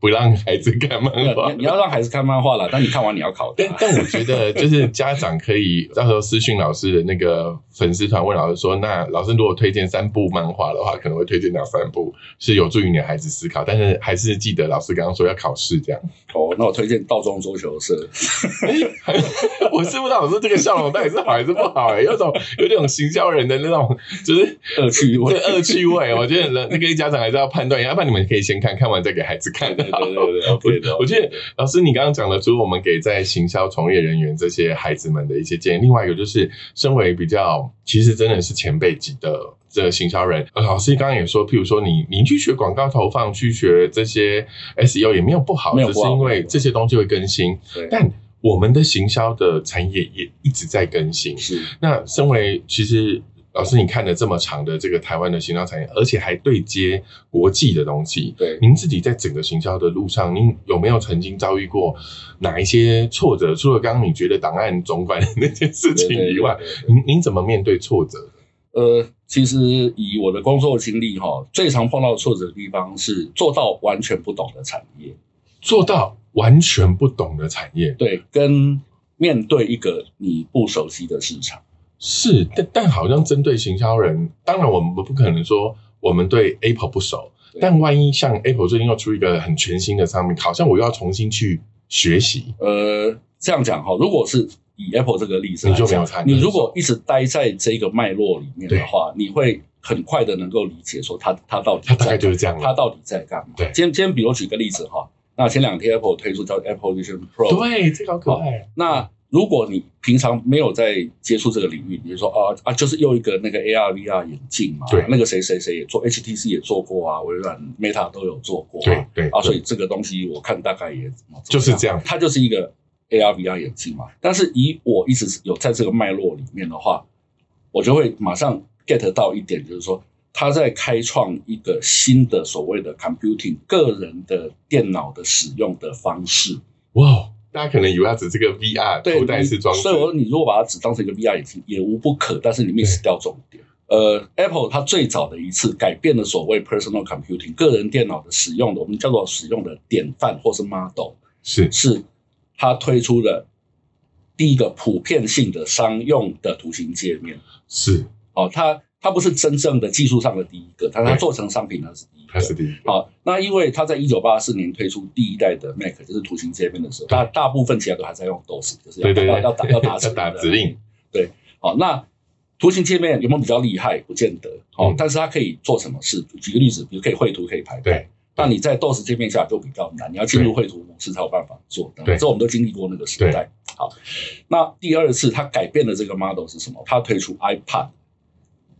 不让孩子看
没
漫
有
画
你。你要让孩子看漫画了，但你看完你要考啊他
但。但我觉得，就是家长可以到时候私讯老师的那个粉丝团，问老师说，那老师如果推荐三部漫画的话，可能会推荐哪三部，是有助于你的孩子思考。但是还是记得老师刚刚说要考试这样。
哦，那我推荐道中桌球社，
我是不知道老师这个笑容到底是好还是不好、欸，有种有点行销人的那种，就是
恶趣味
对。恶趣味。哦我觉得那个家长还是要判断一下，要不然你们可以先看看完再给孩子看。
对对对对对，OK 的。
我觉得老师，你刚刚讲的，除了我们给在行销从业人员这些孩子们的一些建议，另外一个就是，身为比较其实真的是前辈级的这个行销人，呃，老师刚刚也说，譬如说你你去学广告投放，去学这些 SEO 也没有不好，
没有
只
不
是
好
因
没有
为
不好
这些东西会更新，
对
但我们的行销的产业也一直在更新，
是
那身为其实老师，你看了这么长的这个台湾的行销产业，而且还对接国际的东西，
对
您自己在整个行销的路上，您有没有曾经遭遇过哪一些挫折？除了刚刚你觉得档案总管 那件事
对
情
对
以外，
对对对
您您怎么面对挫折？
呃，其实以我的工作经历哈，最常碰到挫折的地方是做到完全不懂的产业，
做到完全不懂的产业
对，跟面对一个你不熟悉的市场。
是，但但好像针对行销人，当然我们不可能说我们对 Apple 不熟，
对
但万一像 Apple 最近又出一个很全新的商品，好像我又要重新去学习。
呃，这样讲哈，如果是以 Apple 这个例子来
你就没有
呃讲
参，与
你如果一直待在这个脉络里面的话，你会很快的能够理解说它它到底
他大概
在
就是这样
它
了。
到底在干嘛。
对
今天今天比如举个例子哈，那前两天 Apple 推出叫 Apple Vision Pro，，
对，这个好可爱。哦
那如果你平常没有在接触这个领域，你就说啊啊，就是又一个那个 AR VR 眼镜嘛，
对
那个谁谁谁也做，HTC 也做过啊，微软、Meta 都有做过、啊，
对对
啊，所
对
以这个东西我看大概也怎么
就是这样
它就是一个 AR VR 眼镜嘛。但是以我一直有在这个脉络里面的话，我就会马上 get 到一点，就是说它在开创一个新的所谓的 computing 个人的电脑的使用的方式。
哇，大家可能以为它只是个 VR
哦对，
头戴式装置，
所以我说，你如果把它只当成一个 VR 眼镜也无不可，但是你 miss 掉重点。呃，Apple 它最早的一次改变了所谓 personal computing 个人电脑的使用的，我们叫做使用的典范或是 model，
是
是它推出了第一个普遍性的商用的图形界面。
是，
哦，它它不是真正的技术上的第一个，但它
对
做成商品呢是第一
它是第
个。
一个。
好，那因为它在一九八四年推出第一代的 Mac，就是图形界面的时候，大大部分其他都还在用 DOS，就是要
对对对
要要打要打
要
指
打
令的
指令。
哦对，好，那图形界面有没有比较厉害？不见得哦
嗯，
但是它可以做什么事？举个例子，比如可以绘图，可以排
对
版。那你在 DOS 界面下就比较难，你要进入绘图模式才有办法做。那
对
这我们都经历过那个时代。好，那第二次它改变了这个 model 是什么？它推出 iPad，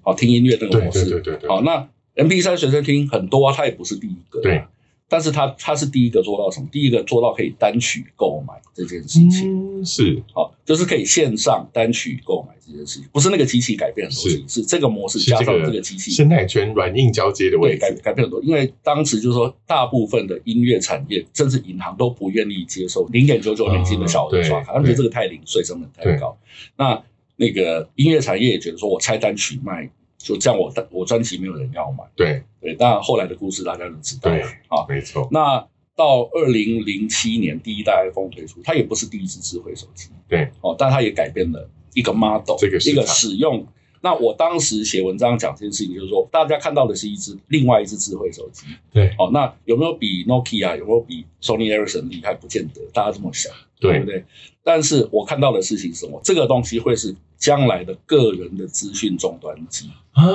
好听音乐那个
对
模
对
式。
对对对，
好，那 MP 3随身听很多啊，它也不是第一个、
对，
但是它它是第一个做到什么？第一个做到可以单曲购买这件事情。
嗯，是
好、就是可以线上单曲购买这件事情，不是那个机器改变很多事情，是这个模式
是
加上
这
这
个
个机器，
生态圈软硬交接的
对
位
改
置，
改变很多。因为当时就是说，大部分的音乐产业，甚至银行都不愿意接受零点九九美金的小额刷
嗯对
卡，他们觉得这个太零碎，成本太高。那那个音乐产业也觉得说，我拆单曲卖，就这样我我专辑没有人要买。
对，
对，当然后来的故事大家都知道了
对
啊。
没错，
那到二零零七年第一代 iPhone 推出，它也不是第一只智慧手机，
对，
哦，但它也改变了一个 model，
这个市
一
场
个使用。那我当时写文章讲这件事情，就是说大家看到的是一只另外一只智慧手机，
对
哦，那有没有比 Nokia 有没有比 Sony Ericsson 厉害？不见得，大家这么想，不
对
对？但是我看到的事情是什么？这个东西会是将来的个人的资讯终端机
啊，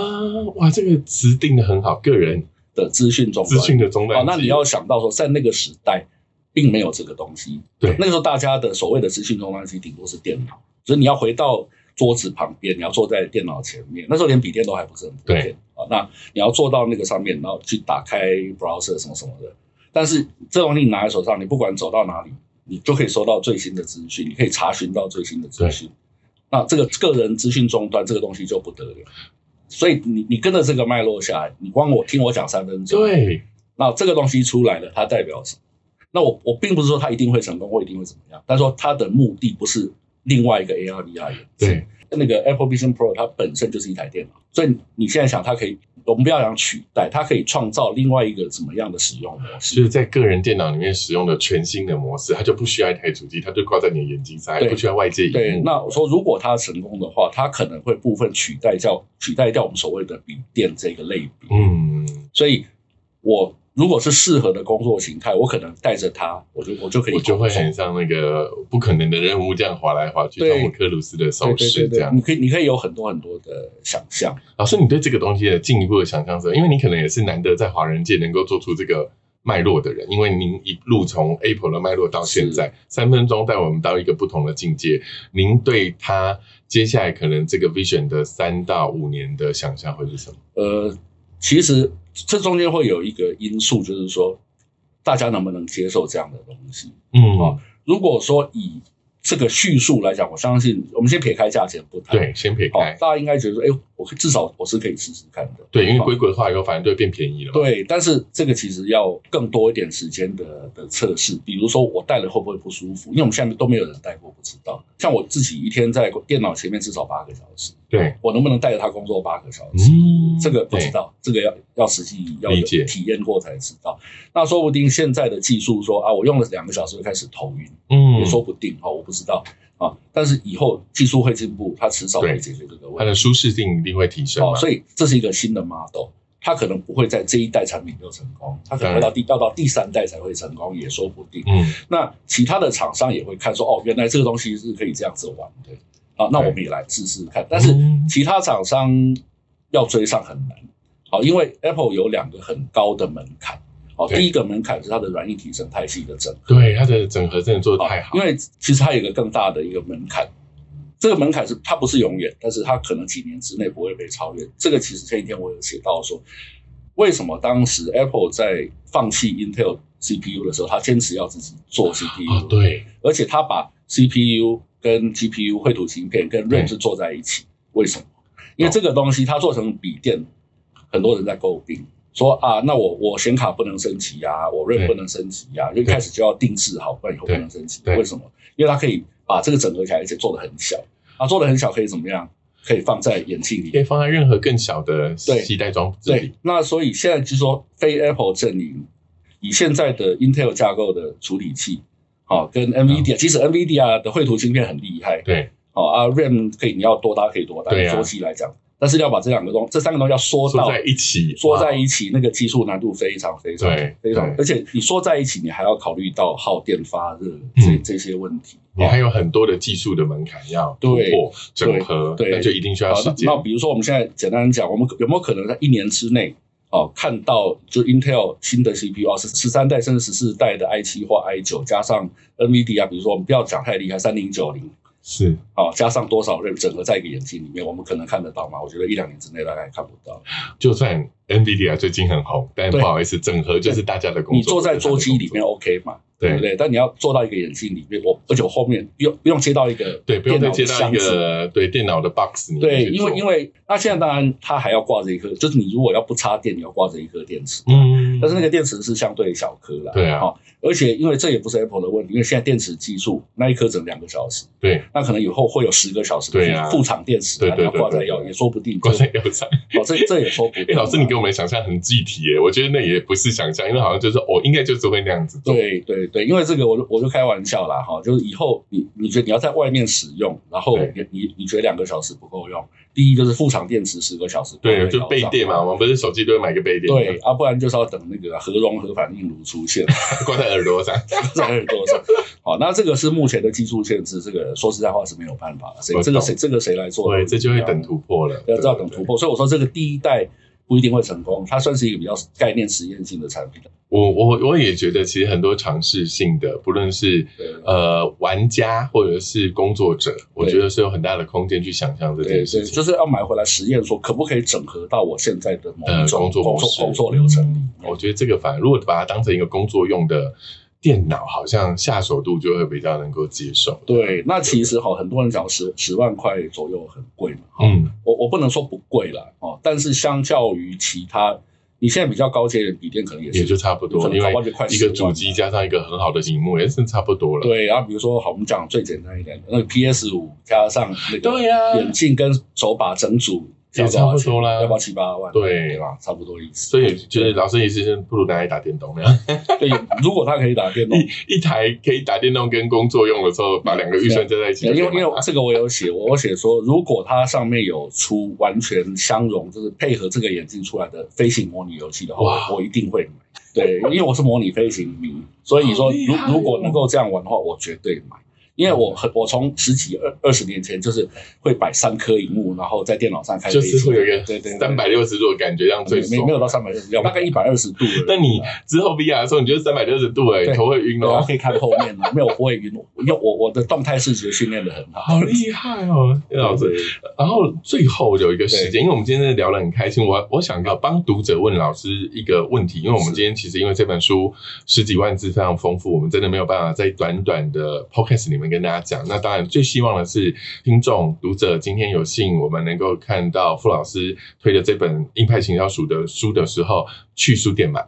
哇，这个词定的很好，个人
的资讯终
资
端机
讯的中断
哦，那你要想到说，在那个时代，并没有这个东西。
对
那个时候大家的所谓的资讯终端机，顶多是电脑，所以你要回到桌子旁边，你要坐在电脑前面。那时候连笔电都还不是很普
对
遍啊、哦那你要坐到那个上面，然后去打开 browser 什么什么的。但是这种你拿在手上，你不管走到哪里，你就可以收到最新的资讯，你可以查询到最新的资讯。那这个个人资讯终端这个东西就不得了。所以你你跟着这个脉络下来，你光我听我讲三分钟，
对
那这个东西出来了，它代表什么？那我我并不是说它一定会成功或一定会怎么样，但是说它的目的不是另外一个 AR VR 眼镜。
对
那个 Apple Vision Pro 它本身就是一台电脑，所以你现在想它可以，我们不要讲取代，它可以创造另外一个怎么样的使用模
就
式？
是在个人电脑里面使用的全新的模式，它就不需要一台主机，它就挂在你的眼睛上，
对
不需要外界荧幕
对，那我说如果它成功的话，它可能会部分取代掉取代掉我们所谓的笔电这个类别。
嗯，
所以，我如果是适合的工作形态，我可能带着它，我就我就可以
我就会
工作
很像那个不可能的任务这样滑来滑去，
对
汤姆克鲁斯的手
对对
势
对
这
对，
样。
你可以你可以有很多很多的想象，
老师，你对这个东西的进一步的想象是什么，因为你可能也是难得在华人界能够做出这个脉络的人，因为您一路从 Apple 的脉络到现在，三分钟带我们到一个不同的境界。您对它接下来可能这个 vision 的三到五年的想象会是什么？
呃，其实这中间会有一个因素，就是说大家能不能接受这样的东西。
嗯，
如果说以这个叙述来讲，我相信我们先撇开价钱不谈，
对，先撇
好、
开。
大家应该觉得说，哎，我至少我是可以试试看的。哦
对，因为规格化以后，反正就会变便宜了嘛。，
对，但是这个其实要更多一点时间的的测试，比如说我戴了会不会不舒服，因为我们现在都没有人戴过，不知道。像我自己一天在电脑前面至少八个小时，
对，
我能不能带着它工作八个小时？
嗯，
这个不知
对，
道，这个要要实际要
理
有
解
体验过才知道。那说不定现在的技术说啊，我用了两个小时就开始头晕，
嗯
也，说不定哦，我不知道啊。但是以后技术会进步，它迟早
对
会解决这个
它
问
的
题
舒适性一定会提升
哦
嘛。。
所以这是一个新的 model，它可能不会在这一代产品就成功，它可能会到第要到第三代才会成功，也说不定。
嗯，
那其他的厂商也会看说，哦，原来这个东西是可以这样子玩的啊，那
对
我们也来试试看。但是
嗯
其他厂商要追上很难，好、因为 Apple 有两个很高的门槛，好、
对
第一个门槛是它的软硬体生态系的整合，
对，它的整合真的做得
好
太好
因。为其实它有一个更大的一个门槛。这个门槛是它不是永远，但是它可能几年之内不会被超越。这个其实前几天我有写到说，为什么当时 Apple 在放弃 Intel CPU 的时候，它坚持要自己做 CPU？、
哦，对，
而且它把 CPU 跟 GPU 绘图芯片跟
对
RAM 是做在一起，为什么？因为这个东西它做成笔电，很多人在诟病说啊，那我我显卡不能升级啊，我
对
RAM 不能升级啊，就一开始就要定制好，不然以后不
对
能升级。
对
为什么？因为它可以把这个整合起来，而且做得很小啊，做得很小可以怎么样？可以放在眼镜里
可以放在任何更小的携带装置
对
里。，
那所以现在就是说非 Apple 阵营，以现在的 Intel 架构的处理器，好、跟
嗯
NVIDIA，、其实 NVIDIA 的绘图芯片很厉害，
对
好、啊，RAM 可以你要多大可以多大，
对啊
说起来讲，但是要把这两个东这三个东西要缩
说
到
在一起，
缩在一起，那个技术难度非常非常
对
非常
对，
而且你缩在一起，你还要考虑到耗电、发热这
嗯
这些问题。
你还有很多的技术的门槛要突
对
破整合，
对对
那就一定需要
好，
时
那
间
那。比如说我们现在简单讲，我们有没有可能在一年之内？哦，看到就 Intel 新的 CPU 啊，十十三代甚至十四代的 i 七或 i 九，加上 NVIDIA，比如说我们不要讲太厉害，三零九零，
是，
啊，加上多少 RAM 整合在一个眼睛里面，我们可能看得到吗？我觉得一两年之内大概看不到。
就算 NVIDIA 最近很红，但
对
不好意思，整合就是大家的工作。
你坐在桌机里
就
面
是
OK 嘛？
对
不对？但你要坐到一个眼镜里面，我而且我后面不用不用接到一个
大家的工作，对，不用再接
电
到
脑
一
的箱子。
个对电脑的 box 里面
对，
去
因
做
为因为那现在当然它还要挂着一颗，就是你如果要不插电，你要挂着一颗电池。
嗯，
但是那个电池是相对小颗啦，
对啊
哦，而且因为这也不是 Apple 的问题，因为现在电池技术那一颗整两个小时，
对
那可能以后会有十个小时
对啊
的副厂电池，
对
啊你
对
要
对
挂在
对
腰
对
也说不定，
挂在腰上。
哦，这这也说不
哎，
定 啊。
老师，你给我们的想象很具体耶，我觉得那也不是想象，因为好像就是哦，应该就是会那样子做。
对对对，因为这个我就我就开玩笑啦哈，就是以后你你觉得你要在外面使用，然后
对
你你你觉得两个小时不够用，第一就是副厂电池十个小时，
对，就备电嘛，。我们不是手机都会买个备电，
对，，啊，不然就是要等那个核融合反应炉出现
挂在耳 朵上。
在耳朵上。 好，那这个是目前的技术限制，这个说实在话是没有办法的。谁
我
这个
懂
谁这个谁来做？
对，这就会等突破了，
啊要要等突破。所以我说这个第一代不一定会成功，它算是一个比较概念实验性的产品。
我我我也觉得，其实很多尝试性的，不论是
对
呃玩家或者是工作者，我
对
觉得是有很大的空间去想象这
对
件
对，
事情。
就是要买回来实验，说可不可以整合到我现在的某一
呃
种
工作
工
模
作
式嗯
工作流程里面。
我觉得这个反而如果把它当成一个工作用的电脑，好像下手度就会比较能够接受。
对，那其实哈，很多人讲十十万块左右很贵嘛，哈、
嗯，
我我不能说不贵啦，哦，但是相较于其他，你现在比较高阶的笔电可能也是
也就差不多
可，能
因
搞
为
不好就快
一
10
个主
万
机加上一个很好的荧幕，也是差不多了。
对，然后比如说好，我们讲最简单一点，那个 PS 五加上那个
对呀
眼镜跟手把整组
也
要要
差不多啦
要不要七八万？
对
对吧？差不多意思。
所以就是老师意思是不如拿来打电动那样，
对，如果他可以打电动，
一一台可以打电动跟工作用的时候，把两个预算加在一起就
因
可以
为
买了，
因为这个我有写，我有写说，如果它上面有出完全相容，就是配合这个眼镜出来的飞行模拟游戏的话，
哇
我我一定会买。对，因为我是模拟飞行迷，所以说
好厉
如
害哦
如果能够这样玩的话，我绝对买。因为我很我从十几二二十年前就是会摆三颗荧幕，然后在电脑上开 飞
就
机，
是会有一
对对
个三
对
百六十度的感觉，让最
没
爽。
没有到三百六十，大概一百二十度而已。啊
那你之后 VR 的时候，你就是三百六十度哎、
对
头会晕
对啊，
哦，
可以看后面啊，没有我不会晕，我因为我我的动态视觉训练的很好。
好厉害哦，叶老师。
对
然后最后有一个时间，因为我们今天真的聊得很开心，我我想要帮读者问老师一个问题，因为我们
是
今天其实因为这本书十几万字非常丰富，我们真的没有办法在短短的 podcast 里面跟大家讲。那当然，最希望的是听众读者今天有幸我们能够看到傅老师推的这本《硬派行销署》的书的时候，去书店买。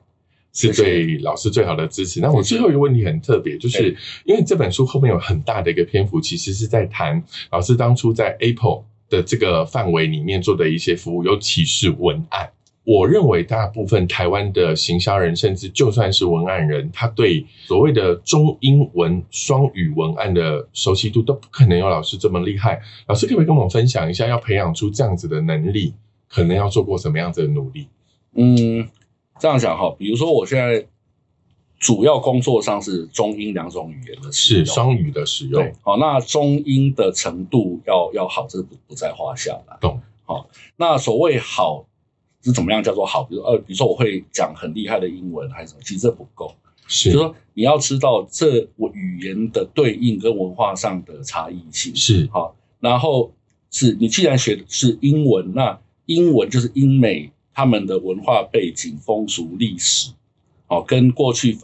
是
谢谢
对老师最好的支持。那我
谢谢
最后一个问题很特别，就是
嗯对
因为这本书后面有很大的一个篇幅，其实是在谈老师当初在 Apple 的这个范围里面做的一些服务，有启示文案。我认为大部分台湾的行销人，甚至就算是文案人，他对所谓的中英文双语文案的熟悉度都不可能有老师这么厉害。老师可不可以跟我们分享一下，要培养出这样子的能力，可能要做过什么样子的努力？
嗯，这样讲哈，比如说我现在主要工作上是中英两种语言的使
是
用，
双语的使用
对，，好，那中英的程度要要好，这不不在话下啦。
懂？
好，那所谓好是怎么样叫做好？比如呃，比如说我会讲很厉害的英文还是什么，其实这不够，就是是说你要知道这我语言的对应跟文化上的差异性。
是
好，然后是你既然学的是英文，那英文就是英美他们的文化背景、风俗、历史，哦，跟过去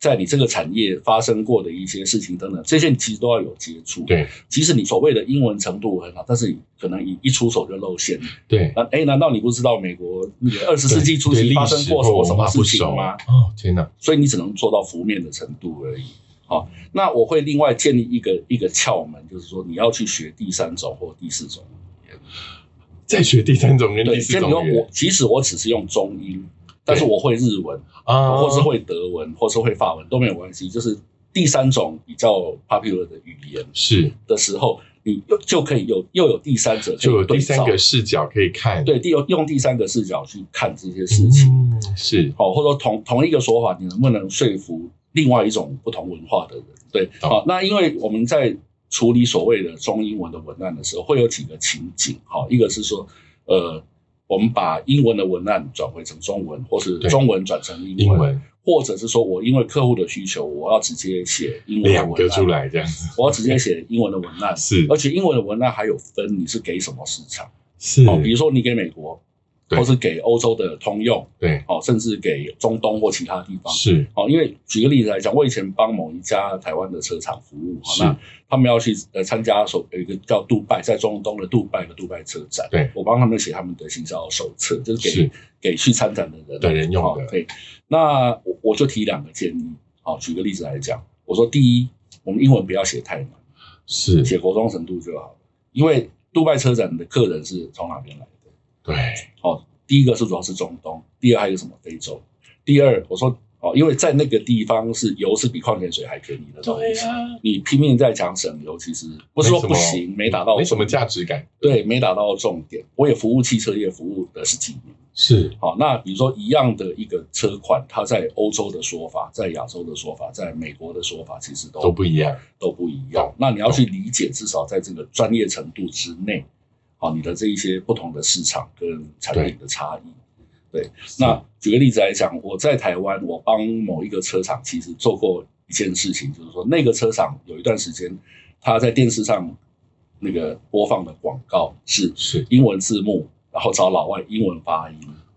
在你这个产业发生过的一些事情等等，这些你其实都要有接触。，
对
即使你所谓的英文程度很好，但是你可能一一出手就露馅。
对，
那哎，难道你不知道美国那个二十世纪初
对
期
历
发生
史
过
或
什么
文
什么
化
事
不
情
熟
吗？
哦，天哪，
所以你只能做到浮面的程度而已。好，那我会另外建立一个一个窍门，就是说你要去学第三种或第四种。
再学第三种跟
对，
第四
先比
种语
如我
言，
即使我只是用中英，但是我会日文，
啊
或是会德文，或是会法文都没有关系，就是第三种比较 popular 的语言
是
的时候，你又就可以有又有第三者可以
就有第
对
三
照
个视角可以看。
对，第用用第三个视角去看这些事
嗯，
情。
是
好，哦或者说同同一个说法，你能不能说服另外一种不同文化的人？对，
懂
好，那因为我们在处理所谓的中英文的文案的时候，会有几个情景，好，一个是说，呃，我们把英文的文案转回成中文，或是
对
中文转成英文，
英文
或者是说我因为客户的需求，我要直接写英文的
两个
文哦
出
案，
来 这样子，
我要直接写英文的文案，
是
而且英文的文案还有分，你是给什么市场？
是
哦，比如说你给美国，
对
或是给欧洲的通用，
对
哦，甚至给中东或其他地方。
是
哦，因为举个例子来讲，我以前帮某一家台湾的车厂服务，哦
是
那他们要去呃参加所有一个叫杜拜，在中东的杜拜的杜拜车展，
对
我帮他们写他们的行销手册，就是给
是
给去参展的人
的人用
哦
的
对，那我我就提两个建议，好、举个例子来讲，我说第一，我们英文不要写太难，
是，
写国中程度就好了，因为杜拜车展的客人是从哪边来的？
对
哦，第一个是主要是中东，第二还有什么非洲？第二，我说哦，因为在那个地方是油是比矿泉水还便宜的东西，
啊，
你拼命在讲省油，其实不是说不行，没达到
没什么
重点
价值感，
对，没达到重点。我也服务汽车业服务的是几年，
是
好、那比如说一样的一个车款，它在欧洲的说法，在亚洲的说法，在美国的说法，其实都
都不一样，
都不一样。那你要去理解，至少在这个专业程度之内，好，你的这一些不同的市场跟产品的差异。那举个例子来讲，我在台湾，我帮某一个车厂其实做过一件事情，就是说那个车厂有一段时间，他在电视上那个播放的广告是
是
英文字幕，然后找老外英文发音，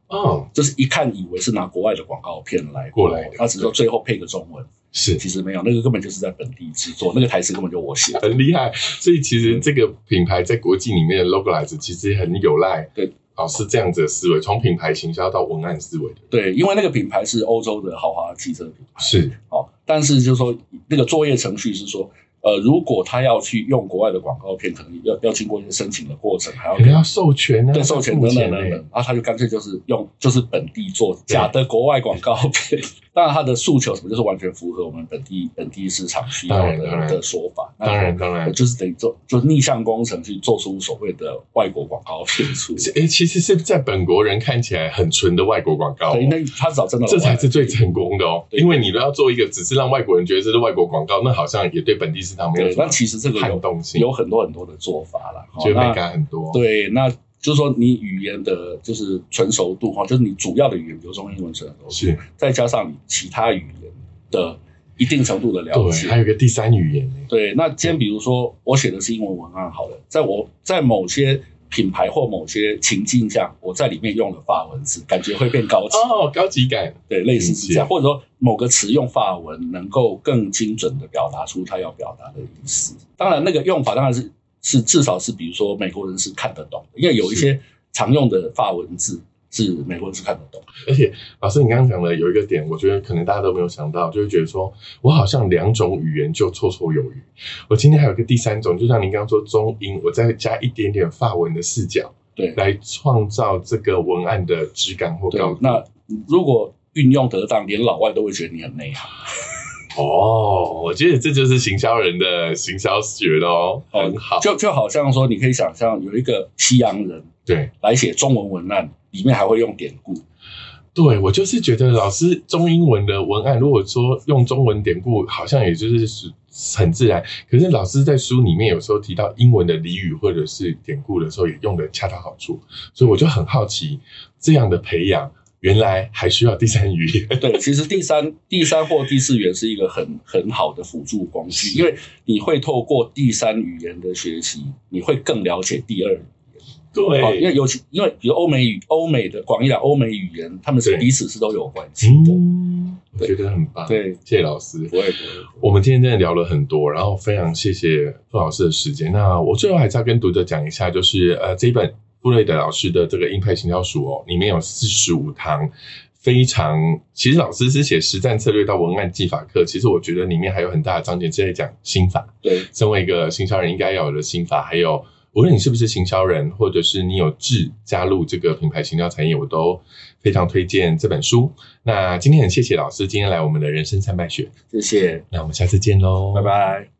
嗯
就是一看以为是拿国外的广告片来
过来的
他只是说最后配个中文，
是
其实没有，那个根本就是在本地制作，那个台词根本就我写的。
很厉害。所以其实这个品牌在国际里面的 localize 其实很有赖
对
老师这样子的思维，从品牌行销到文案思维的，
对，因为那个品牌是欧洲的豪华汽车品牌，
是
哦，但是就是说那个作业程序是说，呃，如果他要去用国外的广告片，可能要要经过一些申请的过程，还要
可能要授权啊，
对授权
付
等等
钱
等
欸
等，啊，他就干脆就是用就是本地做假的国外广告片， 当然他的诉求什么就是完全符合我们本地本地市场需要
当然
的
当然
的说法，那
当然当然
呃。就是等于做就逆向工程去做出所谓的外国广告片出来。
诶、其实是在本国人看起来很纯的外国广告哦、
对，那他找真的老
这
外
才是最成功的哦。
对
因为你都要做一个只是让外国人觉得这是外国广告，那好像也对本地市场没有
对，
什么
那其实这个有
撼动性，
有很多很多的做法啦。哦
觉得美
那
感很多。，
对，那就是说你语言的就是成熟度哈，就是你主要的语言，比如中英文成熟度，
是
再加上你其他语言的一定程度的了
对，还
解。
有一个第三语言呢，
对，那今天比如说我写的是英文文案好了，在我在某些品牌或某些情境下，我在里面用了法文字，感觉会变高级。
哦，高级感
对，类似是这样，
理
或者说某个词用法文能够更精准的表达出它要表达的意思。当然，那个用法当然是是至少是比如说美国人是看得懂的，因为有一些常用的法文字是美国人是看得懂的。
而且老师，你刚刚讲的有一个点，我觉得可能大家都没有想到，就会觉得说我好像两种语言就绰绰有余。我今天还有一个第三种，就像您刚刚说中英，我再加一点点法文的视角
对
来创造这个文案的质感或
对
高，度。
那如果运用得当，连老外都会觉得你很内行。
哦，我觉得这就是行销人的行销学的哦，很好。
就就好像说，你可以想象有一个西洋人
对
来写中文文案，里面还会用典故。
对，我就是觉得老师中英文的文案，如果说用中文典故，好像也就是很自然。可是老师在书里面有时候提到英文的俚语或者是典故的时候，也用的恰到好处，所以我就很好奇，这样的培养原来还需要第三语言。
对，其实第三、第三或第四语言是一个很很好的辅助工具，因为你会透过第三语言的学习，你会更了解第二语言。哦因
对，
为尤其因为比如欧美语、欧美的广义来欧美语言，他们是
对
彼此是都有关系的。
嗯，我觉得很棒。，
对，
谢谢老师
不。会不会。
我们今天真的聊了很多，然后非常谢谢傅老师的时间。那我最后还是要跟读者讲一下，就是呃这一本布瑞德老师的这个硬派行销书哦，里面有四十五堂。非常，其实老师是写实战策略到文案技法课，其实我觉得里面还有很大的章节是在讲心法，
对，
身为一个行销人应该要有的心法，还有无论你是不是行销人，或者是你有志加入这个品牌行销产业，我都非常推荐这本书。那今天很谢谢老师今天来我们的人生三百学，
谢谢，
那我们下次见喽，
拜拜。